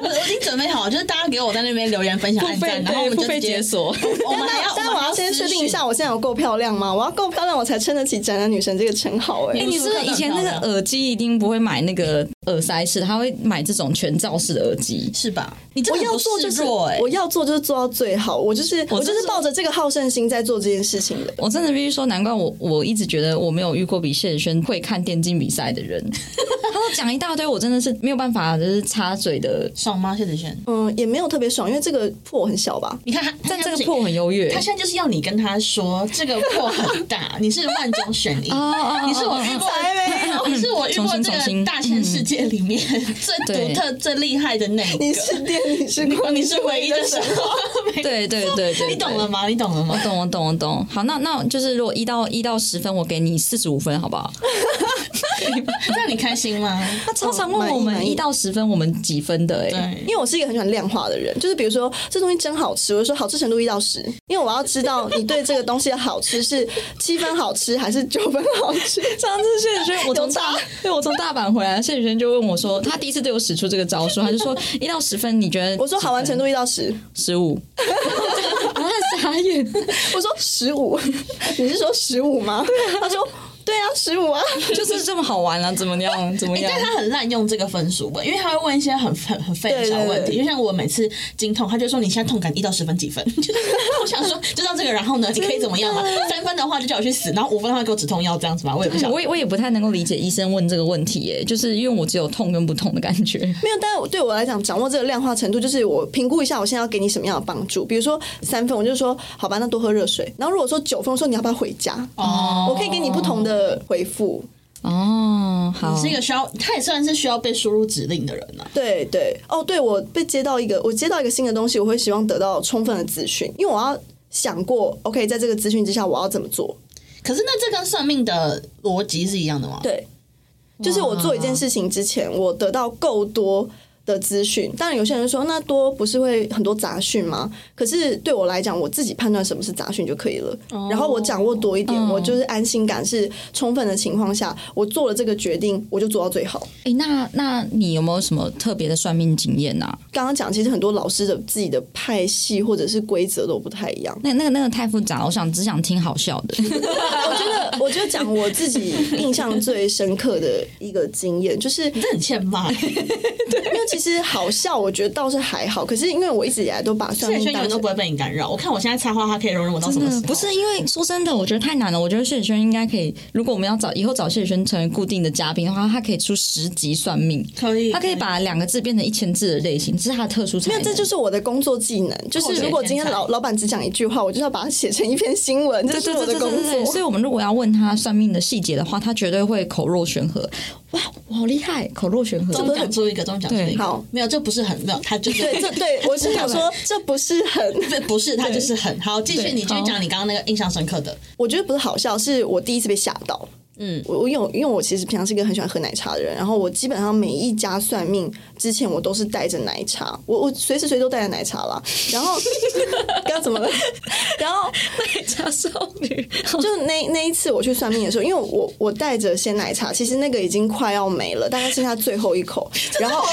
A: 我我已经准备好，就是大家给我在那边留言分享按
B: 哎
A: 赞，然后我们就直接，
B: 锁。
A: 我们还要，
C: 但我要先
A: 私
C: 设定一
A: 讯
C: 下，我现在有够漂亮吗？我要够漂亮，我才称得起宅男女神这个称号、
B: 哎、
C: 哎，
B: 你是 不是以前那个耳机一定不会买那个耳塞式，他会买这种全罩式的耳机？
A: 是吧？你真
C: 我
A: 的
C: 要
A: 很不
C: 做就
A: 示
C: 是
A: 弱哎、
C: 我要做就是做到最好，我就是我
B: 真
C: 就是
B: 是
C: 抱着这个好胜心在做这件事情的。
B: 我真的必须说，难怪我我一直觉得我没有遇过比谢子轩会看电竞比赛 的人。他都讲一大堆，我真的是没有办法，就是插嘴的。
A: 爽吗？谢子轩，
C: 嗯，也没有特别爽，因为这个破很小吧。
A: 你看他，他
B: 但
A: 现在
B: 这
A: 不
B: 个
A: 行
B: 破很优越，
A: 他现在就是要你跟他说，这个破很大， 你是万中选一，
B: 哦
A: 你是我遇过，你是 我遇
B: 重
A: 过
B: 新
A: 这
B: 重
A: 个
B: 新
A: 大千世界里面 最独
B: 对
A: 特、最厉害的那一
C: 你
A: 个，哦
C: 是电，你是光，
A: 你是唯一的神话，
B: 对对对对对，
A: 你懂了吗？你懂了
B: 我
A: 吗？
B: 懂，我懂，我懂。好，那那就是如果一到一到十分，我给你四十五分，好不好？
A: 那你开心吗？
B: 他超常问我
C: 满
B: 们
C: 意
B: 一到十分我们几分的、欸，哎，
A: 对
C: 因。为我是一个很喜欢量化的人，就是比如说这东西真好吃，我就说好吃程度一到十，因为我要知道你对这个东西的好吃是七分好吃还是九分好吃。
B: 上次谢宇轩，我从
C: 有
B: 大
C: 差
B: 对我从大阪回来，谢宇轩就问我说，他第一次对我使出这个招数，他就说一到十分，你觉得
C: 我说好玩程度一到十，
B: 十 五，然后他傻眼，
C: 我说十五，你是说十五吗？他说对啊，十五啊。
B: 就是这么好玩啊，怎么样，怎么
A: 哎、
B: 样
A: 但？他很滥用这个分数吧，因为他会问一些很很很废的
C: 对
A: 小问
C: 对
A: 题，
C: 对
A: 就像我每次经痛，他就说你现在痛感一到十分几分， 就是我想说知道这个，然后呢，你可以怎么样嘛？三分的话就叫我去死，然后五分的话给我止痛药这样子吧，我也不 想
B: 我。也我也不太能够理解医生问这个问题、欸，就是因为我只有痛跟不痛的感觉。
C: 没有，但对我来讲，掌握这个量化程度，就是我评估一下我现在要给你什么样的帮助。比如说三分，我就说好吧，那多喝热水。然后如果说九分，我说你要不要回家？
A: 哦
C: 我可以给你不同的回复。
B: 哦，好，
A: 是一个需要，他也算是需要被输入指令的人啊。
C: 对对，哦，对我被接到一个，我接到一个新的东西，我会希望得到充分的资讯，因为我要想过，OK，在这个资讯之下，我要怎么做？
A: 可是那这跟算命的逻辑是一样的吗？
C: 对，就是我做一件事情之前，我得到够多的资讯。当然，有些人说那多不是会很多杂讯吗？可是对我来讲，我自己判断什么是杂讯就可以了。然后我掌握多一点，我就是安心感是充分的情况下，我做了这个决定，我就做到最好。
B: 哎、那那你有没有什么特别的算命经验啊？
C: 刚刚讲，其实很多老师的自己的派系或者是规则都不太一样。
B: 那那个那个太复杂了，我想只想听好笑 的。
C: 我觉得，我就讲我自己印象最深刻的一个经验，就是
A: 你这很欠 骂、欸，
C: 因为其实好笑，我觉得倒是还好。可是因为我一直以来都把算
A: 这
C: 命
A: 圈永
C: 当
A: 远都
C: 成
A: 不会被你干扰。我看我现在插花，他可以容忍我到什么时
B: 真
A: 候？
B: 的不是因为说真的，我觉得太难了。我觉得谢宇轩应该可以，如果我们要找以后找谢宇轩成为固定的嘉宾的话，他可以出十集算命，
A: 可以，
B: 他可以把两个字变成一千字的类型，这是他的特殊才
C: 没有，
B: 能。
C: 这就是我的工作技能。就是如果今天老老板只讲一句话，我就要把它写成一篇 新闻，这
B: 对
C: 是
B: 对
C: 我
B: 对
C: 的
B: 对
C: 工
B: 对对，所
C: 作。
B: 以我们如果要问他算命的细节的话，他绝对会口若悬河。哇，我好厉害，口若悬河。
A: 终于讲出一个，终于讲出一
B: 对
A: 个。
C: 好，
A: 没有，这不是很没有，他就是
C: 对，这对我是 想说，这不是很，
A: 这不是他就是很好。继续，
B: 对
A: 你继续
B: 好
A: 讲你刚刚那个印象深刻的。
C: 我觉得不是好笑，是我第一次被吓到。
A: 嗯，
C: 我我因为我因为我其实平常是一个很喜欢喝奶茶的人，然后我基本上每一家算命之前，我都是带着奶茶，我我随时随地都带着奶茶啦。然后 刚怎么了？然后
B: 奶茶少女，
C: 就那那一次我去算命的时候，因为我我带着鲜奶茶，其实那个已经快要没了，大概剩下最后一口。然后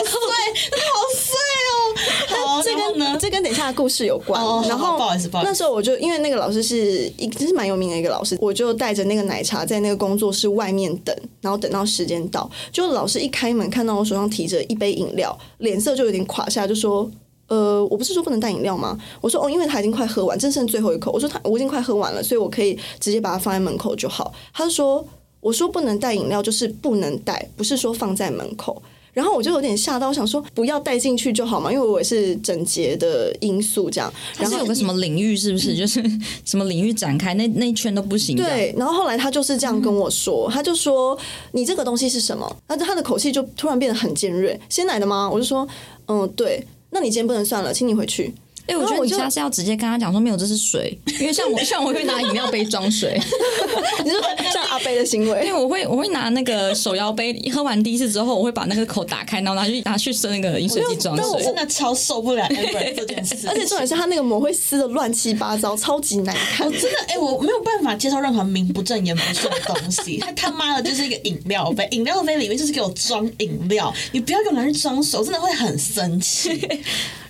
A: 碎，好碎哦。好，
C: 这
A: 然后
C: 跟
A: 呢？
C: 这跟等一下的故事有关。
A: 哦好
C: 然后
A: 不好意思不好意思
C: 那时候我就因为那个老师是一就是蛮有名的一个老师，我就带着那个奶茶在那个工作室外面等，然后等到时间到，就老师一开门看到我手上提着一杯饮料，脸色就有点垮下，就说。呃，我不是说不能带饮料吗？我说哦，因为他已经快喝完，真剩最后一口。我说他我已经快喝完了，所以我可以直接把它放在门口就好。他就说，我说不能带饮料就是不能带，不是说放在门口。然后我就有点吓到，我想说不要带进去就好嘛，因为我也是整洁的因素这样。
B: 它
C: 然
B: 是
C: 后
B: 有个什么领域，是不是？就是什么领域展开，那那一圈都不行。，
C: 嗯对，然后后来他就是这样跟我
B: 嗯
C: 说，他就说你这个东西是什么？那他的口气就突然变得很尖锐，鲜奶的吗？我就说嗯，对。那你今天不能算了，请你回去。
B: 哎，我觉
C: 然后
B: 得
C: 我
B: 你
C: 就
B: 下次要直接跟他讲说，没有，这是水，因为像 我，像我会拿饮料杯装水，
C: 你说像阿贝的行 为，
B: 因为我会我会拿那个手摇杯，喝完第一次之后，我会把那个口打开，然后拿去拿去升那个饮水机装
A: 但我真
B: 水。
A: 的超受不 了 Amber 这件事，
C: 而且重点是他那个膜会撕的乱七八糟，超级难看。
A: 真的，哎、我没有办法接受任何名不正言不顺的东西。 他他妈的就是一个饮料杯，饮料杯里面就是给我装饮料，你不要给我拿去装手，我真的会很生 气。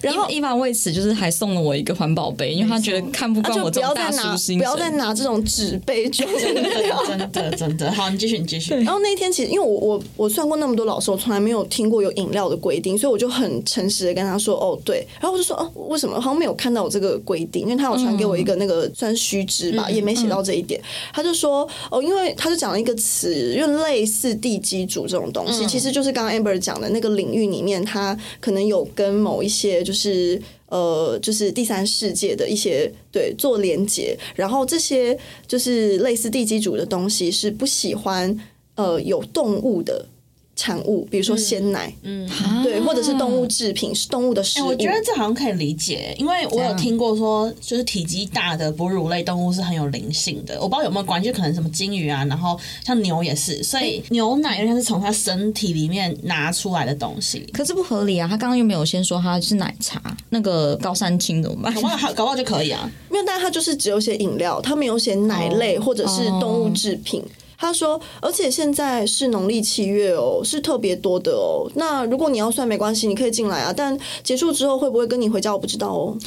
B: 然后伊凡为此就是还送了我一个环保杯，因为他觉得看不
C: 啊
B: 惯
C: 就
B: 我
C: 不
B: 这
C: 要
B: 种
C: 再
B: 大
C: 拿
B: 叔，
C: 不
B: 心
C: 要再
B: 神。
C: 拿这种纸杯 装饮料。
A: 真的真的，好，你继续，你继续。
C: 然后那一天其实因为我我我算过那么多老师，我从来没有听过有饮料的规定，所以我就很诚实的跟他说，哦对，然后我就说，哦为什么好像没有看到有这个规定？因为他有传给我一个那个算须知吧，也没写到这一点。他就说，哦，因为他就讲了一个词，因为类似地基组这种东西，其实就是刚刚 Amber 讲的那个领域里面，它可能有跟某一些就是。呃，就是第三世界的一些对做连接，然后这些就是类似地基组的东西是不喜欢呃
A: 嗯
C: 有动物的产物，比如说鲜奶，
A: 嗯
C: 对，或者是动物制品，是动物的食物。
A: 啊哎我觉得这好像可以理解，因为我有听过说，就是体积大的哺乳类动物是很有灵性的。我不知道有没有关系，就可能什么金鱼啊，然后像牛也是，所以牛奶有点像是从它身体里面拿出来的东西。
B: 可是不合理啊！他刚刚又没有先说他是奶茶，那个高山青怎么办
A: 搞？不好，搞不好就可以啊。
C: 没有，但它就是只有写饮料，它没有写奶类
A: 哦
C: 或者是动物制品。他说，而且现在是农历七月哦，是特别多的哦。那如果你要算没关系，你可以进来啊。但结束之后会不会跟你回家，我不知道哦。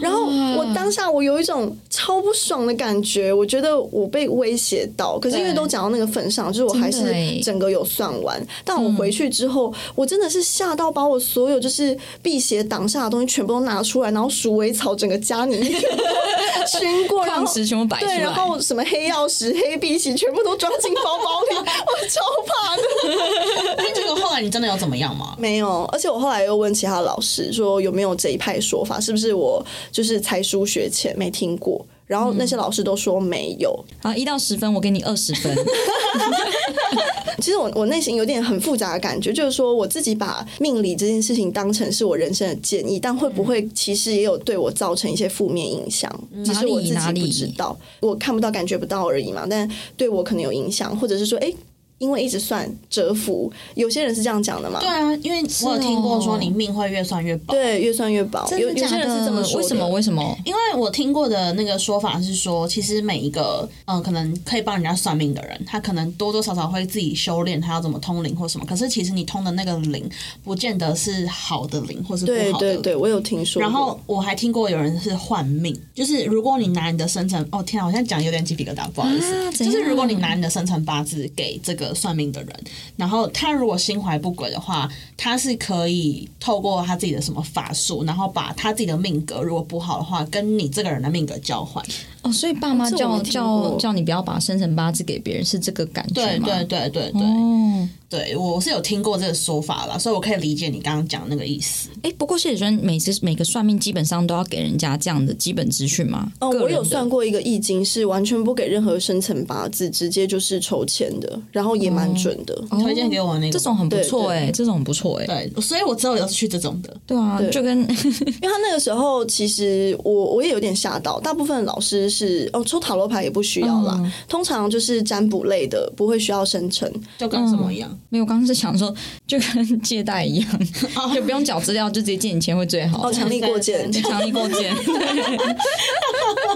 C: 然后
B: 嗯
C: 我当下我有一种超不爽的感觉，我觉得我被威胁到。可是因为
A: 对
C: 都讲到那个份上，就是我还
B: 真的欸
C: 是整个有算完。但我回去之后，我真的是吓到把我所有就是辟邪挡煞的东西全部都拿出来，然后鼠尾草整个家里面熏 过，然
B: 矿
C: 后
B: 石。全部摆出
C: 对，然
B: 来。
C: 后什么黑曜石、 黑碧玺全部都装进包包里，我超怕的。
A: 那哎结果后来你真的有怎么样吗？
C: 没有，而且我后来又问其他老师说有没有这一派说法，是不是我就是才疏学浅没听过？然后那些老师都说没有。
B: 好，一到十分，我给你二十分。
C: 其实我我内心有点很复杂的感觉，就是说我自己把命理这件事情当成是我人生的建议，但会不会其实也有对我造成一些负面影响？只是我自
B: 嗯哪
C: 己
B: 里
C: 不知道，我看不到、感觉不到而已嘛。但对我可能有影响，或者是说，哎，因为一直算折服，有些人是这样讲的 嘛
A: 对。啊，因为我有听过说你命会越算越薄。
C: 对，越算越薄。有有些
B: 假
C: 人是这么说的。
B: 为什么？为什么？
A: 因为我听过的那个说法是说，其实每一个嗯、呃可能可以帮人家算命的人，他可能多多少少会自己修炼，他要怎么通灵或什么。可是其实你通的那个灵，不见得是好的灵，或是不好的
C: 对
A: 灵。
C: 对对，我有听说过。
A: 然后我还听过有人是换命，就是如果你拿你的生辰，哦天啊，我现在讲有点鸡皮疙瘩，不好意思。
B: 啊怎
A: 就
B: 样
A: 是如果你拿你的生辰八字给这个算命的人，然后他如果心怀不轨的话，他是可以透过他自己的什么法术，然后把他自己的命格如果不好的话，跟你这个人的命格交换。
B: 哦，所以爸妈
C: 这我
B: 叫
C: 没听
B: 叫
C: 过
B: 叫你不要把生辰八字给别人，是这个感觉
A: 对
B: 吗？
A: 对对对对、
B: 哦，
A: 对，我是有听过这个说法啦，所以我可以理解你刚刚讲那个意思。
B: 哎，不过谢雪轩每次每个算命基本上都要给人家这样的基本资讯吗？
C: 哦，
B: 个
C: 我
B: 人
C: 有
B: 的
C: 算过一个易经，是完全不给任何生辰八字，直接就是抽签的，然后也蛮准的。
A: 推荐给我那个
B: 哦这种很不错
C: 对对
B: 哎，这种很不错哎，
A: 对，所以我之后也是去这种的。
B: 对啊，就跟
C: 因为他那个时候，其实我我也有点吓到，大部分老师是哦抽塔罗牌也不需要啦，
B: 嗯
C: 通常就是占卜类的不会需要生辰。
A: 就跟
B: 嗯
A: 什么一样，
B: 没有，我刚刚是想说，就跟借贷一 样，就不用缴资料，就直接借你钱会最好。
C: 哦哦，强力过件，
B: 对强力过 件，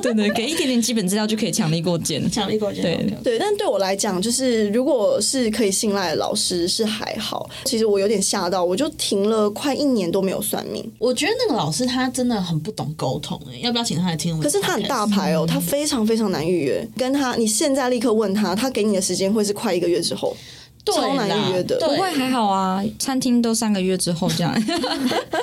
B: 对对，给一点点基本资料就可以强力过件。
A: 强力构建。
B: 对
A: OK，OK
C: 对，但对我来讲，就是如果是可以信赖的老师是还好。其实我有点吓到，我就停了快一年都没有算命。
A: 我觉得那个老师他真的很不懂沟通、欸，要不要请他来听我们？
C: 可是他很大，牌哦，他非常非常难预约。跟他，你现在立刻问他，他给你的时间会是快一个月之后。
A: 对啦
C: 超难预约的
A: 对
B: 啊 不会还好啊，餐厅都三个月之后这样，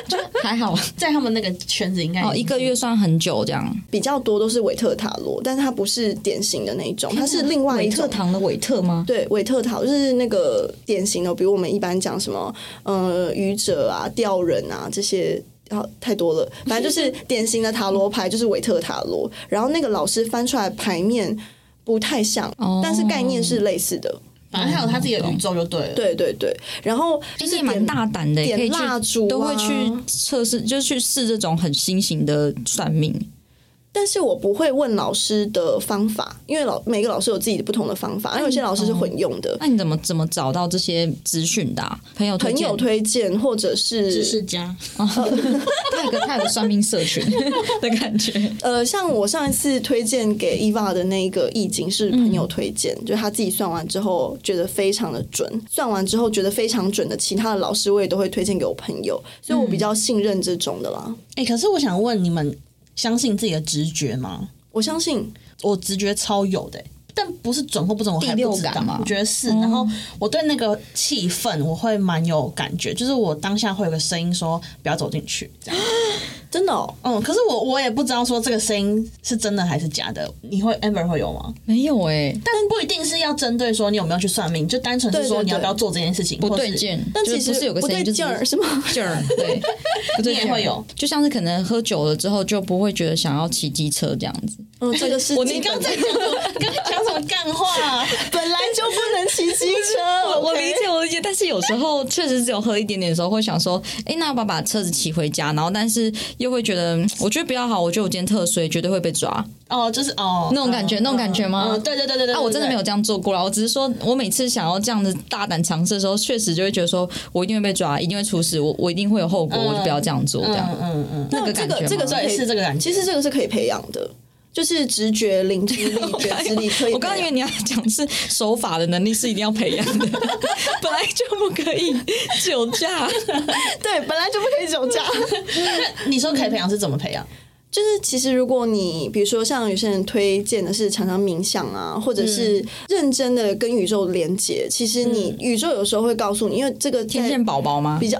B: 就还好
A: 在他们那个圈子应该
B: 哦，一个月算很久这样。
C: 比较多都是韦特塔罗，但是它不是典型的那一哦种，它是另外一
B: 韦
C: 种
B: 特。堂的韦特吗？
C: 对，韦特塔罗就是那个典型的，比如我们一般讲什么，呃，愚者啊、吊人啊这些。然后太多了，反正就是 典型的塔罗牌，就是韦特塔罗。然后那个老师翻出来牌面不太像，
B: 哦
C: 但是概念是类似的。
A: 反正还有他自己的宇宙就嗯对了。
C: 对对对，然后就
B: 就是是蛮
C: 点
B: 大胆的，
C: 点
B: 可以
C: 蜡烛
B: 去
C: 啊
B: 都会去测试，就是去试这种很新型的算命。
C: 但是我不会问老师的方法，因为老每个老师有自己的不同的方法，而有些老师是混用的，
B: 那你怎么怎么找到这些资讯的啊？朋友推
C: 朋
B: 荐
C: 友推荐或者
A: 知
C: 是
A: 识家，
B: 他有个他有个算命社 群的感觉。
C: 呃，像我上一次推荐给 Eva 的那个易经是朋友推荐，就他自己算完之后觉得非常的准，算完之后觉得非常准的，其他的老师我也都会推荐给我朋友，所以我比较信任这种的啦。
A: 哎、可是我想问你们，相信自己的直觉吗？
C: 我相信
A: 我直觉超有的欸、但不是准或不准，我还
B: 第
A: 不
B: 六
A: 知道
B: 感嘛。哦
A: 我觉得是，然后我对那个气氛我会蛮有感觉，就是我当下会有个声音说不要走进去这样。
C: 真的、哦，
A: 嗯，可是我我也不知道说这个声音是真的还是假的。你会 Amber 会有吗？
B: 没有哎、
A: 但不一定是要针对说你有没有去算命，就单纯是
C: 对
A: 说
C: 对
A: 你要不
C: 对
A: 要做这件事情，
B: 不
A: 或
B: 对
A: 是
B: 劲。
C: 但
B: 就是
C: 其实
B: 不是有个
C: 不
B: 声
C: 对
B: 音就是
C: 劲儿是吗？
B: 劲 儿，对，不对
A: 你也
B: 劲儿
A: 会有，
B: 就像是可能喝酒了之后就不会觉得想要骑机车这样子。
C: 嗯，这个 是
A: 我
C: 基
A: 你
C: 本
A: 刚
C: 的
A: 才讲什么？你刚才讲什么干话？
C: 本来就不能骑机车，
B: 我哦我
C: OK
B: 理解，我理解，但是有时候确实只有喝一点点的时候，会想说，哎、那要不要把车子骑回家？然后，但是又会觉得，嗯我觉得比较好，我觉得我今天特衰，绝对会被 抓，
A: 哦，就是哦，
B: 那种感觉，那种感觉吗？
A: 嗯，对对对对对，
B: 啊，我真的没有
A: 对。
B: 这样做过啦。我只是说，我每次想要这样子大胆尝试的时候，确实就会觉得说，我一定会被抓，一定会出事，我我一定会有后果，我就不要这样做。这样，
A: 嗯嗯嗯，
B: 那个
C: 这
B: 感
C: 个
B: 觉
C: 这个
B: 吗
C: 可以
A: 对是这个感觉
C: 其实这个是可以培养的，就是直觉、灵知力、觉知力 可以培养。
B: 我刚刚以为你要讲是手法的能力是一定要培养的， 本来就不可以酒驾。
C: 对，本来就不可以酒驾。
A: 那你说可以培养是怎么培养？
C: 就是其实如果你比如说像有些人推荐的是常常冥想啊，或者
A: 嗯
C: 是认真的跟宇宙连接，其实你宇宙有时候会告诉你，因为这个
B: 天
C: 在
B: 线宝宝吗？
C: 比较，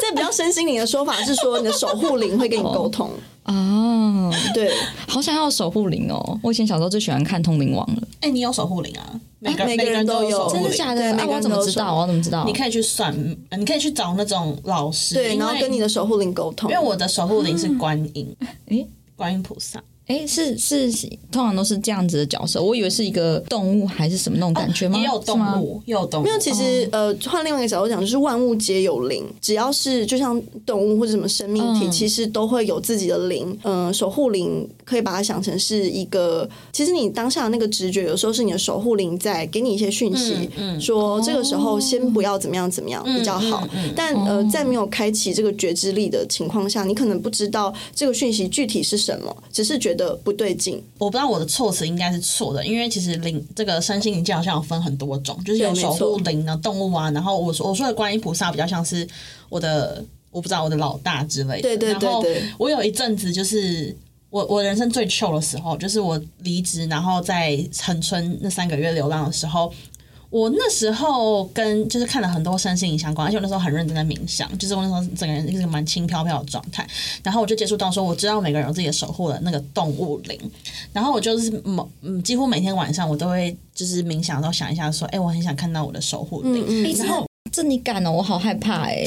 C: 这比较身心灵的说法是说你的守护灵会跟你沟通。
A: 哦
B: 啊，
C: 对，
B: 好想要守护灵哦！我以前小时候最喜欢看《通灵王》了，
A: 哎，你有守护灵啊？每个
C: 啊每
A: 个
C: 个人
A: 都
C: 都有
A: 守护
C: 真
A: 灵
C: 的假的对
B: 啊
C: 每个
B: 我
C: 人
B: 怎么
C: 都
B: 知
C: 守
B: 道？我怎么知道？
A: 你可以去算，呃你可以去找那种老师，
C: 对，
A: 因
C: 然后
A: 为
C: 跟你的守护灵沟通
A: 因为。我的守护灵是观音，
B: 诶
A: 观音菩萨。
B: 哎，是是，通常都是这样子的角色。我以为是一个动物还是什么那种感觉吗？
A: 也有
B: 是
A: 动
B: 吗，
A: 物，也有动物。
C: 没有，其实、呃，换另外一个角度讲，就是万物皆有灵，只要是就像动物或者什么生命体，
B: 嗯
C: 其实都会有自己的灵。嗯、守护灵可以把它想成是一个，其实你当下的那个直觉，有时候是你的守护灵在给你一些讯息，
A: 嗯嗯
C: 说这个时候先不要怎么样怎么样、比较好。
A: 嗯嗯嗯
C: 但呃，在没有开启这个觉知力的情况下，你可能不知道这个讯息具体是什么，只是觉得不对劲。
A: 我不知道我的措辞应该是错的，因为其实灵这个身心灵界好像有分很多种，就是有
C: 对没
A: 守
C: 错
A: 护灵啊、动物啊，然后我说我说的观音菩萨比较像是我的，我不知道我的老大之类的。
C: 对对对
A: 然后
C: 对
A: 我有一阵子就是。我我人生最糗的时候，就是我离职，然后在恒春那三个月流浪的时候，我那时候跟就是看了很多身心灵相关，而且我那时候很认真在冥想，就是我那时候整个人一个蛮轻飘飘的状态。然后我就接触到说，我知道每个人有自己的守护的那个动物灵，然后我就是某嗯，几乎每天晚上我都会就是冥想的时候想一下说，哎、我很想看到我的守护灵。
C: 嗯嗯
B: 然后这你敢哦，我好害怕哎！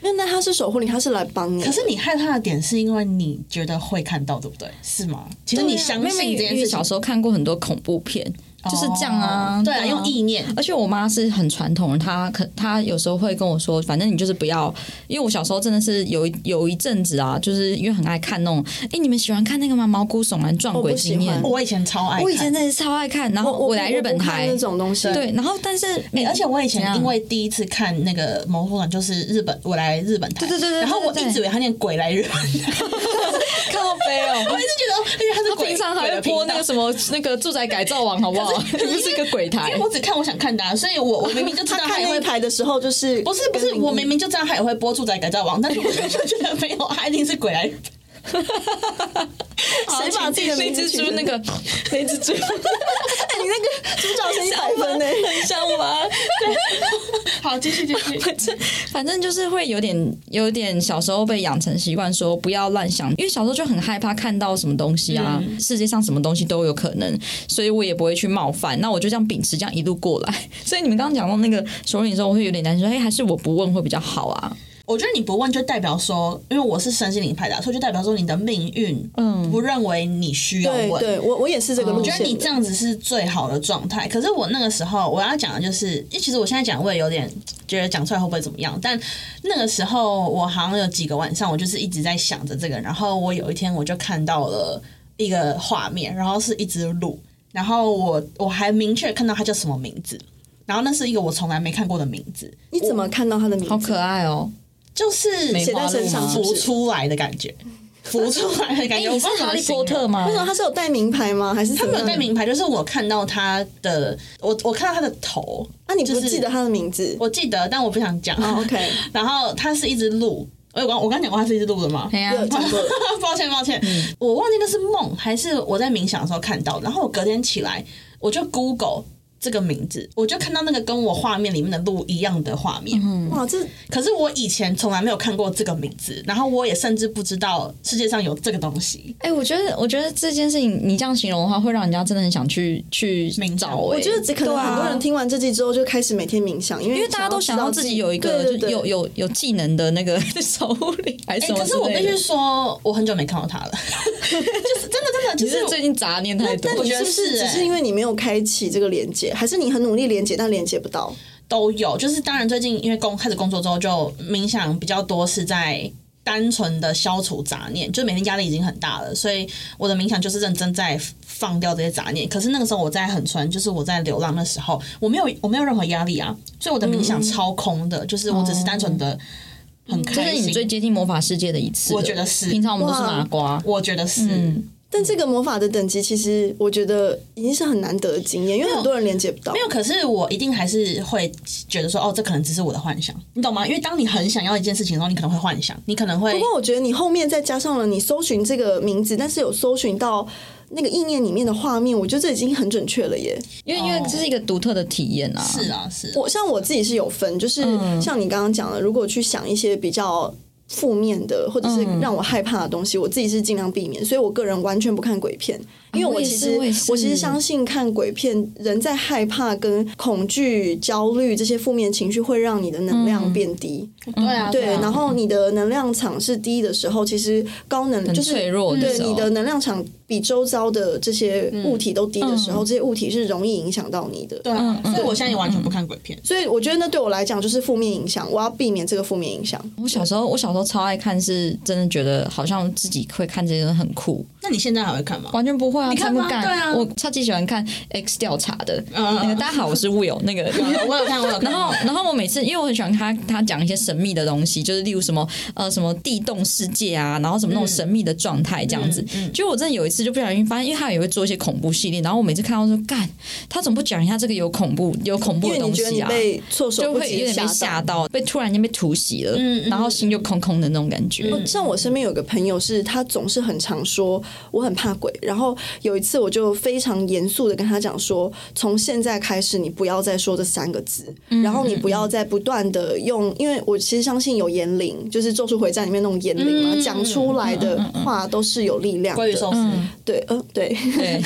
C: 那那他是守护灵，他是来帮你。
A: 可是你害怕的点是因为你觉得会看到，对不对？是吗？其实你相
B: 妹啊妹
A: 信这件
B: 因为
A: 事情
B: 小时候看过很多恐怖片，就是这样啊
A: 哦。对啊，用意念。
B: 而且我妈是很传统人，她可她有时候会跟我说，反正你就是不要，因为我小时候真的是有一有一阵子啊，就是因为很爱看那种，哎、你们喜欢看那个吗？毛骨悚然、撞鬼经验
C: 我不喜，欢
A: 我以前超爱看，
B: 我以前真的是超爱看，然后
C: 我
B: 来日本
C: 我不看
B: 台
C: 那，种东西，
B: 对，然后但是
A: 哎、
B: 每
A: 而且我以
B: 怎
A: 前
B: 样
A: 因为第一次看那个《魔术馆》，就是日本，我来日本台，
B: 对对对对
A: 然后我
B: 对对对
A: 一直以为他念鬼来日本 台，
B: 靠背哦
A: 我。一直觉得，哦因为他是
B: 他
A: 鬼，
B: 平常还会播那个什么那个住宅改造王，好不 好？ 不是一个鬼
A: 么，
B: 台
A: 啊因为，我只看我想看的、啊，所以我我明明就知
C: 他
A: 道
C: 看
A: 也
C: 那
A: 会
C: 一。台的时候，就是
A: 不是不是，
C: 跟
A: 我明明就知道他也会播《住宅改造王》， 但是我就觉得没有，他一定是鬼来日 本。
C: 谁把自己的
B: 那
C: 名字
B: 只
C: 取
B: 猪
C: 成
B: 那个那只猪，
C: 哎，你那个主角声音百分欸呢、
B: 很像吗？
A: 好，继续继续。
B: 反正就是会有点有点小时候被养成习惯，说不要乱想，因为小时候就很害怕看到什么东西啊，
C: 嗯
B: 世界上什么东西都有可能，所以我也不会去冒犯。那我就这样秉持这样一路过来。 所以你们刚刚讲到那个首领的时候，我会有点担心，说，哎，还是我不问会比较好啊？
A: 我觉得你不问就代表说，因为我是身心灵派的啊，所以就代表说你的命运，嗯，不认为你需要问。哦
C: 对对，我我也是这个路
A: 我觉
C: 线
A: 得
C: 的。
A: 你这样子是最好的状态。可是我那个时候我要讲的就是，因为其实我现在讲我也有点觉得讲出来会不会怎么样，但那个时候我好像有几个晚上，我就是一直在想着这个人。然后我有一天我就看到了一个画面，然后是一只鹿，然后我我还明确看到它叫什么名字，然后那是一个我从来没看过的名字，
C: 你怎么看到他的名字？
B: 好可爱哦！
A: 就是
B: 梅
C: 写在身上
B: 花鹿吗
C: 是不
A: 浮
C: 是？
A: 出来的感 觉，浮出来的感
B: 哎，
A: 觉。
B: 你
A: 我
B: 是
A: 不知道怎么
B: 哈利
A: 形
B: 波
A: 容
B: 特吗
C: 哦为？什么他是有戴名牌吗？还是
A: 他
C: 怎么
A: 没有
C: 样？
A: 戴名牌，就是我看到他的，我我看到他的头，
C: 啊，你
A: 就
C: 不
A: 是
C: 记得他的名字？
A: 我记得，但我不想讲。
C: 哦 OK，
A: 然后它是一只鹿，我有刚我刚讲过它是一只鹿的吗？
B: 哎呀，嗯
C: 有讲过了。
A: 抱歉抱歉，我忘记那是梦还是我在冥想的时候看到的。然后我隔天起来，我就 Google 这个名字，我就看到那个跟我画面里面的鹿一样的画
B: 嗯
A: 面。
C: 哇， 这
A: 可是我以前从来没有看过这个名字，然后我也甚至不知道世界上有这个东西。
B: 哎、我觉得，我觉得这件事情你这样形容的话，会让人家真的很想去去
A: 冥
B: 找、
A: 想
B: 欸。
A: 我
C: 我觉得只可能
B: 对啊
C: 很多人听完这集之后就开始每天冥想，因为因
A: 哎
B: 因为大家都想要自己有一个
C: 对对
B: 就
C: 对
B: 有有有技能的那个 手里还
A: 哎、
B: 是什么
A: 可
B: 之
A: 是我必
B: 类的。
A: 须说，我很久没看到它了， 就是真的真的，就
B: 你是
A: 是
B: 最近杂念太多
A: 那，我
C: 你
A: 觉
C: 是
A: 得
C: 不
A: 是
C: 是只
A: 欸
C: 是因为你没有开启这个连接，还是你很努力连接但连接不到？
A: 都哦有，就是当然最近因为工开始工作之后，就冥想比较多是在单纯的消除杂念，就每天压力已经很大了，所以我的冥想就是认真在放掉这些杂念。可是那个时候我在很纯，就是我在流浪的时候，我没有我没有任何压力啊，所以我的冥
B: 嗯
A: 想超空的，就是我只是单纯的很
B: 这
A: 开
B: 哦是
A: 心。
B: 你最接近魔法世界的一次了。
A: 我觉得是
B: 平常我们都是
C: 哇
B: 麻瓜。
A: 我觉得是，
B: 嗯，
C: 但这个魔法的等级，其实我觉得已经是很难得的经验，因为很多人连接不到。
A: 没有，可是我一定还是会觉得说，哦，这可能只是我的幻想，你懂吗？因为当你很想要一件事情的时候，你可能会幻想，你可能会
C: 不过我觉得你后面再加上了你搜寻这个名字，但是有搜寻到那个意念里面的画面，我觉得这已经很准确了耶。
B: 因为因为这是一个独特的体验啊。
A: 哦是啊，是啊
C: 我像我自己是有分，就是
B: 嗯
C: 像你刚刚讲的，如果去想一些比较。负面的，或者是
B: 嗯
C: 让我害怕的东西，我自己是尽量避免，所以我个人完全不看鬼片，因为
B: 哦我也
C: 其
B: 是
C: 实
B: 我也是
C: 我其实相信看鬼片，人在害怕跟恐惧、焦虑这些负面情绪会让你的能量变
B: 嗯
C: 低，
A: 对啊，
C: 对，
A: 啊
C: 然后你的能量场是低的时候，其实高能就是
B: 脆弱的
C: 对
B: 时候
C: 你的能量场比周遭的这些物体都低的时候，这些物体是容易影响到你的。
A: 对啊，
B: 嗯
A: 所以我现在也完全不看鬼片。
C: 所以我觉得那对我来讲就是负面影响，我要避免这个负面影响。
B: 我小时候，我小时候超爱看，是真的觉得好像自己会看这些东西很酷，
A: 那你现在还会看吗？
B: 完全不会啊，
A: 你看吗
B: 超不敢。
A: 对啊
B: 我超级喜欢看 X 调查的。
A: 嗯
B: 那个大家好，我是 Will，那 个
A: 呃我有看，我有看。
B: 然后，然后我每次因为我很喜欢他，他讲一些神秘的东西，就是例如什么呃什么地动世界啊，然后什么那种神秘的状态这样
A: 嗯
B: 子。
C: 嗯
B: 就我真的有一次就不小心发现，因为他也会做一些恐怖系列，然后我每次看到说干，他怎么不讲一下这个有恐怖有恐
C: 因
B: 怖的
C: 为你
B: 东
C: 觉得
B: 西
C: 你
B: 啊？
C: 被措手
B: 就
C: 不
B: 会有
C: 及
B: 点被
C: 吓
B: 吓
C: 到。
B: 到，被突然间被突袭了，
A: 嗯嗯
B: 然后心就空空的那种感觉。
C: 哦像我身边有个朋友是，他总是很常说我很怕鬼。然后有一次我就非常严肃的跟他讲说，从现在开始你不要再说这三个字，然后你不要再不断的用，因为我其实相信有言灵，就是《咒术回战》里面那种言灵嘛，讲出来的话都是有力量
A: 鲑鱼寿
C: 的。
A: 司，
C: 对，呃，对。
B: 嗯对，
A: 嗯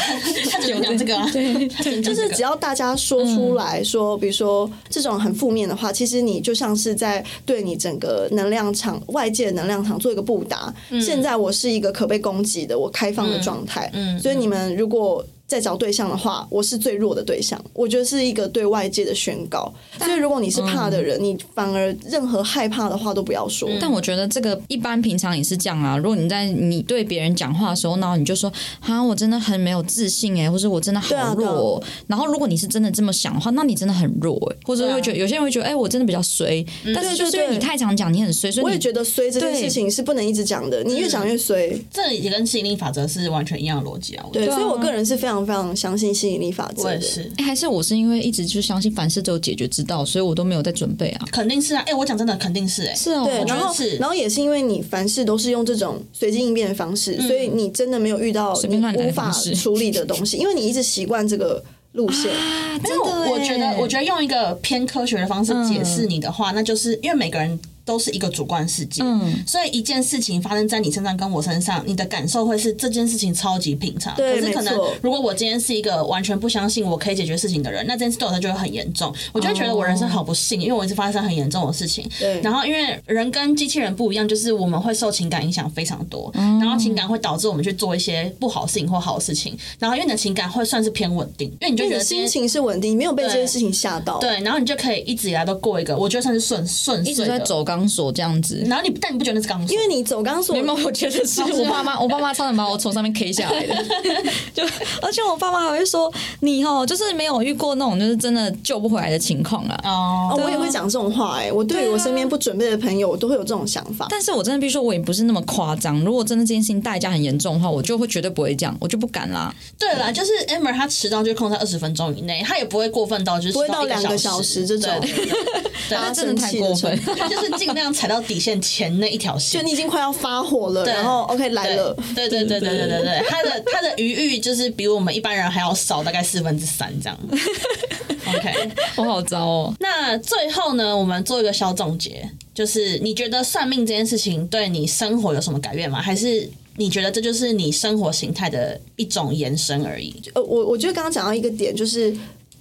A: 他只能讲这个啊，
B: 对
A: 他只能
C: 就
A: 讲这
C: 是
A: 个
C: 只要大家说出来说，比如说这种很负面的话，其实你就像是在对你整个能量场、外界的能量场做一个布达。现在我是一个可被攻击的、我开放的状态，
A: 嗯
C: 所以你们如果。在找对象的话，我是最弱的对象，我觉得是一个对外界的宣告。所以，如果你是怕的人，你反而任何害怕的话都不要说。
B: 但我觉得这个一般平常也是这样啊。如果你在你对别人讲话的时候，然后你就说啊，我真的很没有自信哎、或者我真的好
C: 对啊
B: 弱、哦。然后如果你是真的这么想的话，那你真的很弱哎、或者会觉得、有些人会觉得哎、我真的比较衰。但是就是因为
C: 啊嗯对对
B: 你太常讲你很衰，所以
C: 我
B: 你
C: 也觉得衰这件
B: 对
C: 事情是不能一直讲的，你越讲越衰。
A: 这也跟吸引力法则是完全一样的逻辑嗯啊。我觉
C: 对，
A: 得
C: 所以我个人是非常非常相信吸引力法则的。
A: 我也是，
B: 哎还是我是因为一直就相信凡事都有解决之道，所以我都没有在准备啊。
A: 肯定是啊。哎，我讲真的，肯定是哎。
B: 是哦，
C: 对，
A: 觉
C: 然
A: 得
C: 后
A: 是
C: 然后也是因为你凡事都是用这种随机应变的方式，所以你真的没有遇到
B: 嗯便
C: 你
B: 乱来的
C: 无法
B: 方式
C: 处理的东西，因为你一直习惯这个路线。
B: 啊
A: 没有，我觉得，我觉得用一个偏科学的方式解释你的话，那就是因为每个人都是一个主观世界，
B: 嗯
A: 所以一件事情发生在你身上跟我身上，你的感受会是这件事情超级平常。
C: 对
A: 可是可能
C: 没错
A: 如果我今天是一个完全不相信我可以解决事情的人，那这件事对我来说就会很严重，我就会觉得我人生好不幸，因为我一直发生很严重的事情。
C: 对
A: 然后因为人跟机器人不一样，就是我们会受情感影响非常多，然后情感会导致我们去做一些不好的事情或好的事情，然后因为你的情感会算是偏稳定，因为你就
C: 因
A: 觉
C: 为
A: 得
C: 你
A: 今天
C: 心情是稳定，你没有被这件事情吓到。
A: 对，然后你就可以一直以来都过一个，我觉得算是顺顺
B: 一
A: 遂
B: 直
A: 的
B: 在。走钢索这样子。
A: 然后你但你不觉得那是钢索？
C: 因为你走钢索
B: 没，有，我觉得 是我爸妈，我爸妈差点把我从上面 K 下来的。 就而且我爸妈还会说你哦，就是没有遇过那种就是真的救不回来的情况啊。
A: 哦
C: 哦，我也会讲这种话哎、我对于我身边不准备的朋友，我都会有这种想法。
B: 但是我真的必须说，我也不是那么夸张。如果真的这件事情代价很严重的话，我就会绝对不会这样，我就不敢啦。
A: 对了，就是 Amber 她迟到就控制在二十分钟以内，她也不会过分到就是不
C: 会到两
A: 个
C: 个小时这种啊
A: 对对 对
C: 大家
B: 啊真的太过分
C: 生气的程度
A: 对就是尽量踩到底线前那一条
C: 就
A: 线。
C: 你已经快要发火了，然后 OK 来了，
A: 对对对对对对对，她的她的余裕就是比我们一般人还要少，大概四分之三这 样。OK，
B: 我好糟哦。
A: 那最后呢，我们做一个小总结，就是你觉得算命这件事情对你生活有什么改变吗？还是你觉得这就是你生活形态的一种延伸而已？
C: 呃，我我觉得刚刚讲到一个点，就是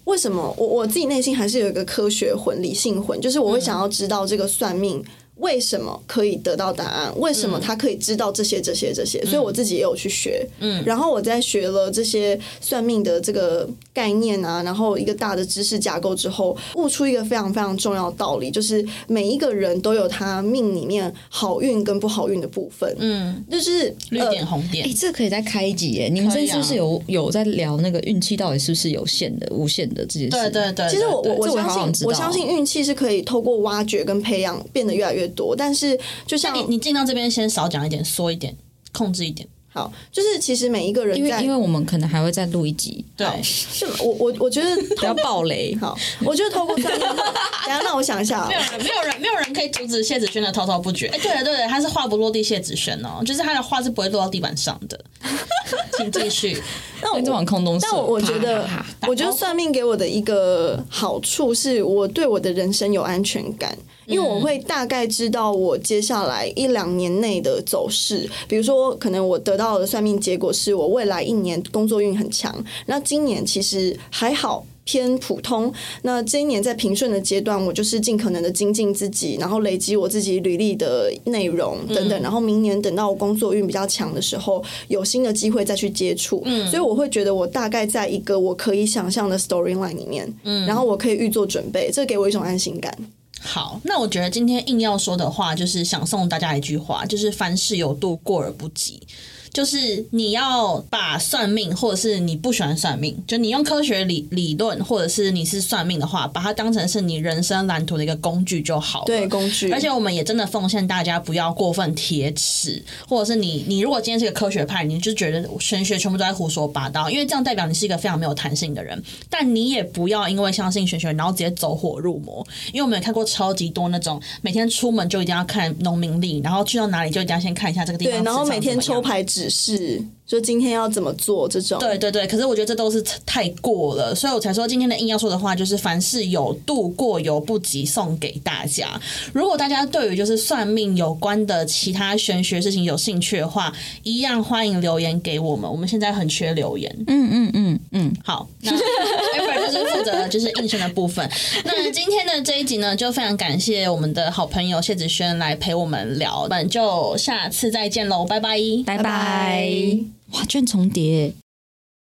C: 为什么我我自己内心还是有一个科学魂、理性魂，就是我会想要知道这个算命。为什么可以得到答案？为什么他可以知道这些、这些、这些？所以我自己也有去学，嗯，然后我在学了这些算命的这个概念啊，然后一个大的知识架构之后，悟出一个非常非常重要的道理，就是每一个人都有他命里面好运跟不好运的部分，嗯，就是
A: 绿
C: 呃
A: 点红点
B: 哎、，这可以再开一集耶！你们
A: 可
B: 这
A: 以啊
B: 次是不是有有在聊那个运气到底是不是有限的、无限的这件事？
C: 呃
A: 对对对，
C: 其实我
A: 对
C: 我我
B: 这我也好
C: 相
B: 想
C: 信
B: 知
C: 我
B: 道
C: 相信运气是可以透过挖掘跟培养变得越来越多，但是就像
A: 对你你进到这边先少讲一点，缩一点，控制一点。
C: 好，就是其实每一个人
B: 因为
C: 在
B: 因为我们可能还会再录一集，
A: 对，
C: 是我我我觉得
B: 不要爆雷。
C: 好，我觉得透 过算命，等一下让我想一下啊
A: 没，有人没有人没有人可以阻止谢子轩的滔滔不绝。哎、对了对了，他是话不落地谢子轩哦，就是他的话是不会落到地板上 的。请继续，
C: 那我
B: 就往空中射，
C: 但我我觉得
B: 啪啪啪，
C: 我觉得算命给我的一个好处是我对我的人生有安全感，
B: 嗯
C: 因为我会大概知道我接下来一两年内的走势。比如说，可能我得到的算命结果是我未来一年工作运很强，那今年其实还好。偏普通，那这一年在平顺的阶段，我就是尽可能的精进自己，然后累积我自己履历的内容等
A: 嗯
C: 等，然后明年等到我工作运比较强的时候，有新的机会再去接触。
A: 嗯
C: 所以我会觉得我大概在一个我可以想象的 storyline 里面，
A: 嗯
C: 然后我可以预做准备，这给我一种安心感。
A: 好，那我觉得今天硬要说的话，就是想送大家一句话，就是凡事有度，过而不及。就是你要把算命，或者是你不喜欢算命，就你用科学理理论，或者是你是算命的话，把它当成是你人生蓝图的一个工具就好了。
C: 对，工具，
A: 而且我们也真的奉劝大家不要过分铁齿，或者是你你如果今天是个科学派，你就觉得玄学全部都在胡说八道，因为这样代表你是一个非常没有弹性的人。但你也不要因为相信玄学，然后直接走火入魔，因为我们也看过超级多那种每天出门就一定要看农民历，然后去到哪里就一定要先看一下这个地方
C: 对，
A: 磁场怎
C: 然
A: 么
C: 后
A: 样，
C: 每天抽牌指示，就今天要怎么做这种。
A: 对对对，可是我觉得这都是太过了，所以我才说今天的硬要说的话就是凡事有度，过犹不及，送给大家。如果大家对于就是算命有关的其他玄学事情有兴趣的话，一样欢迎留言给我们，我们现在很缺留言。
B: 嗯嗯嗯嗯，
A: 好，那 Amber 就是负责就是应声的部分。那今天的这一集呢，就非常感谢我们的好朋友谢子轩来陪我们聊，我们就下次再见喽，拜拜。
B: 拜
C: 拜拜
B: 拜。哇，居然重叠耶！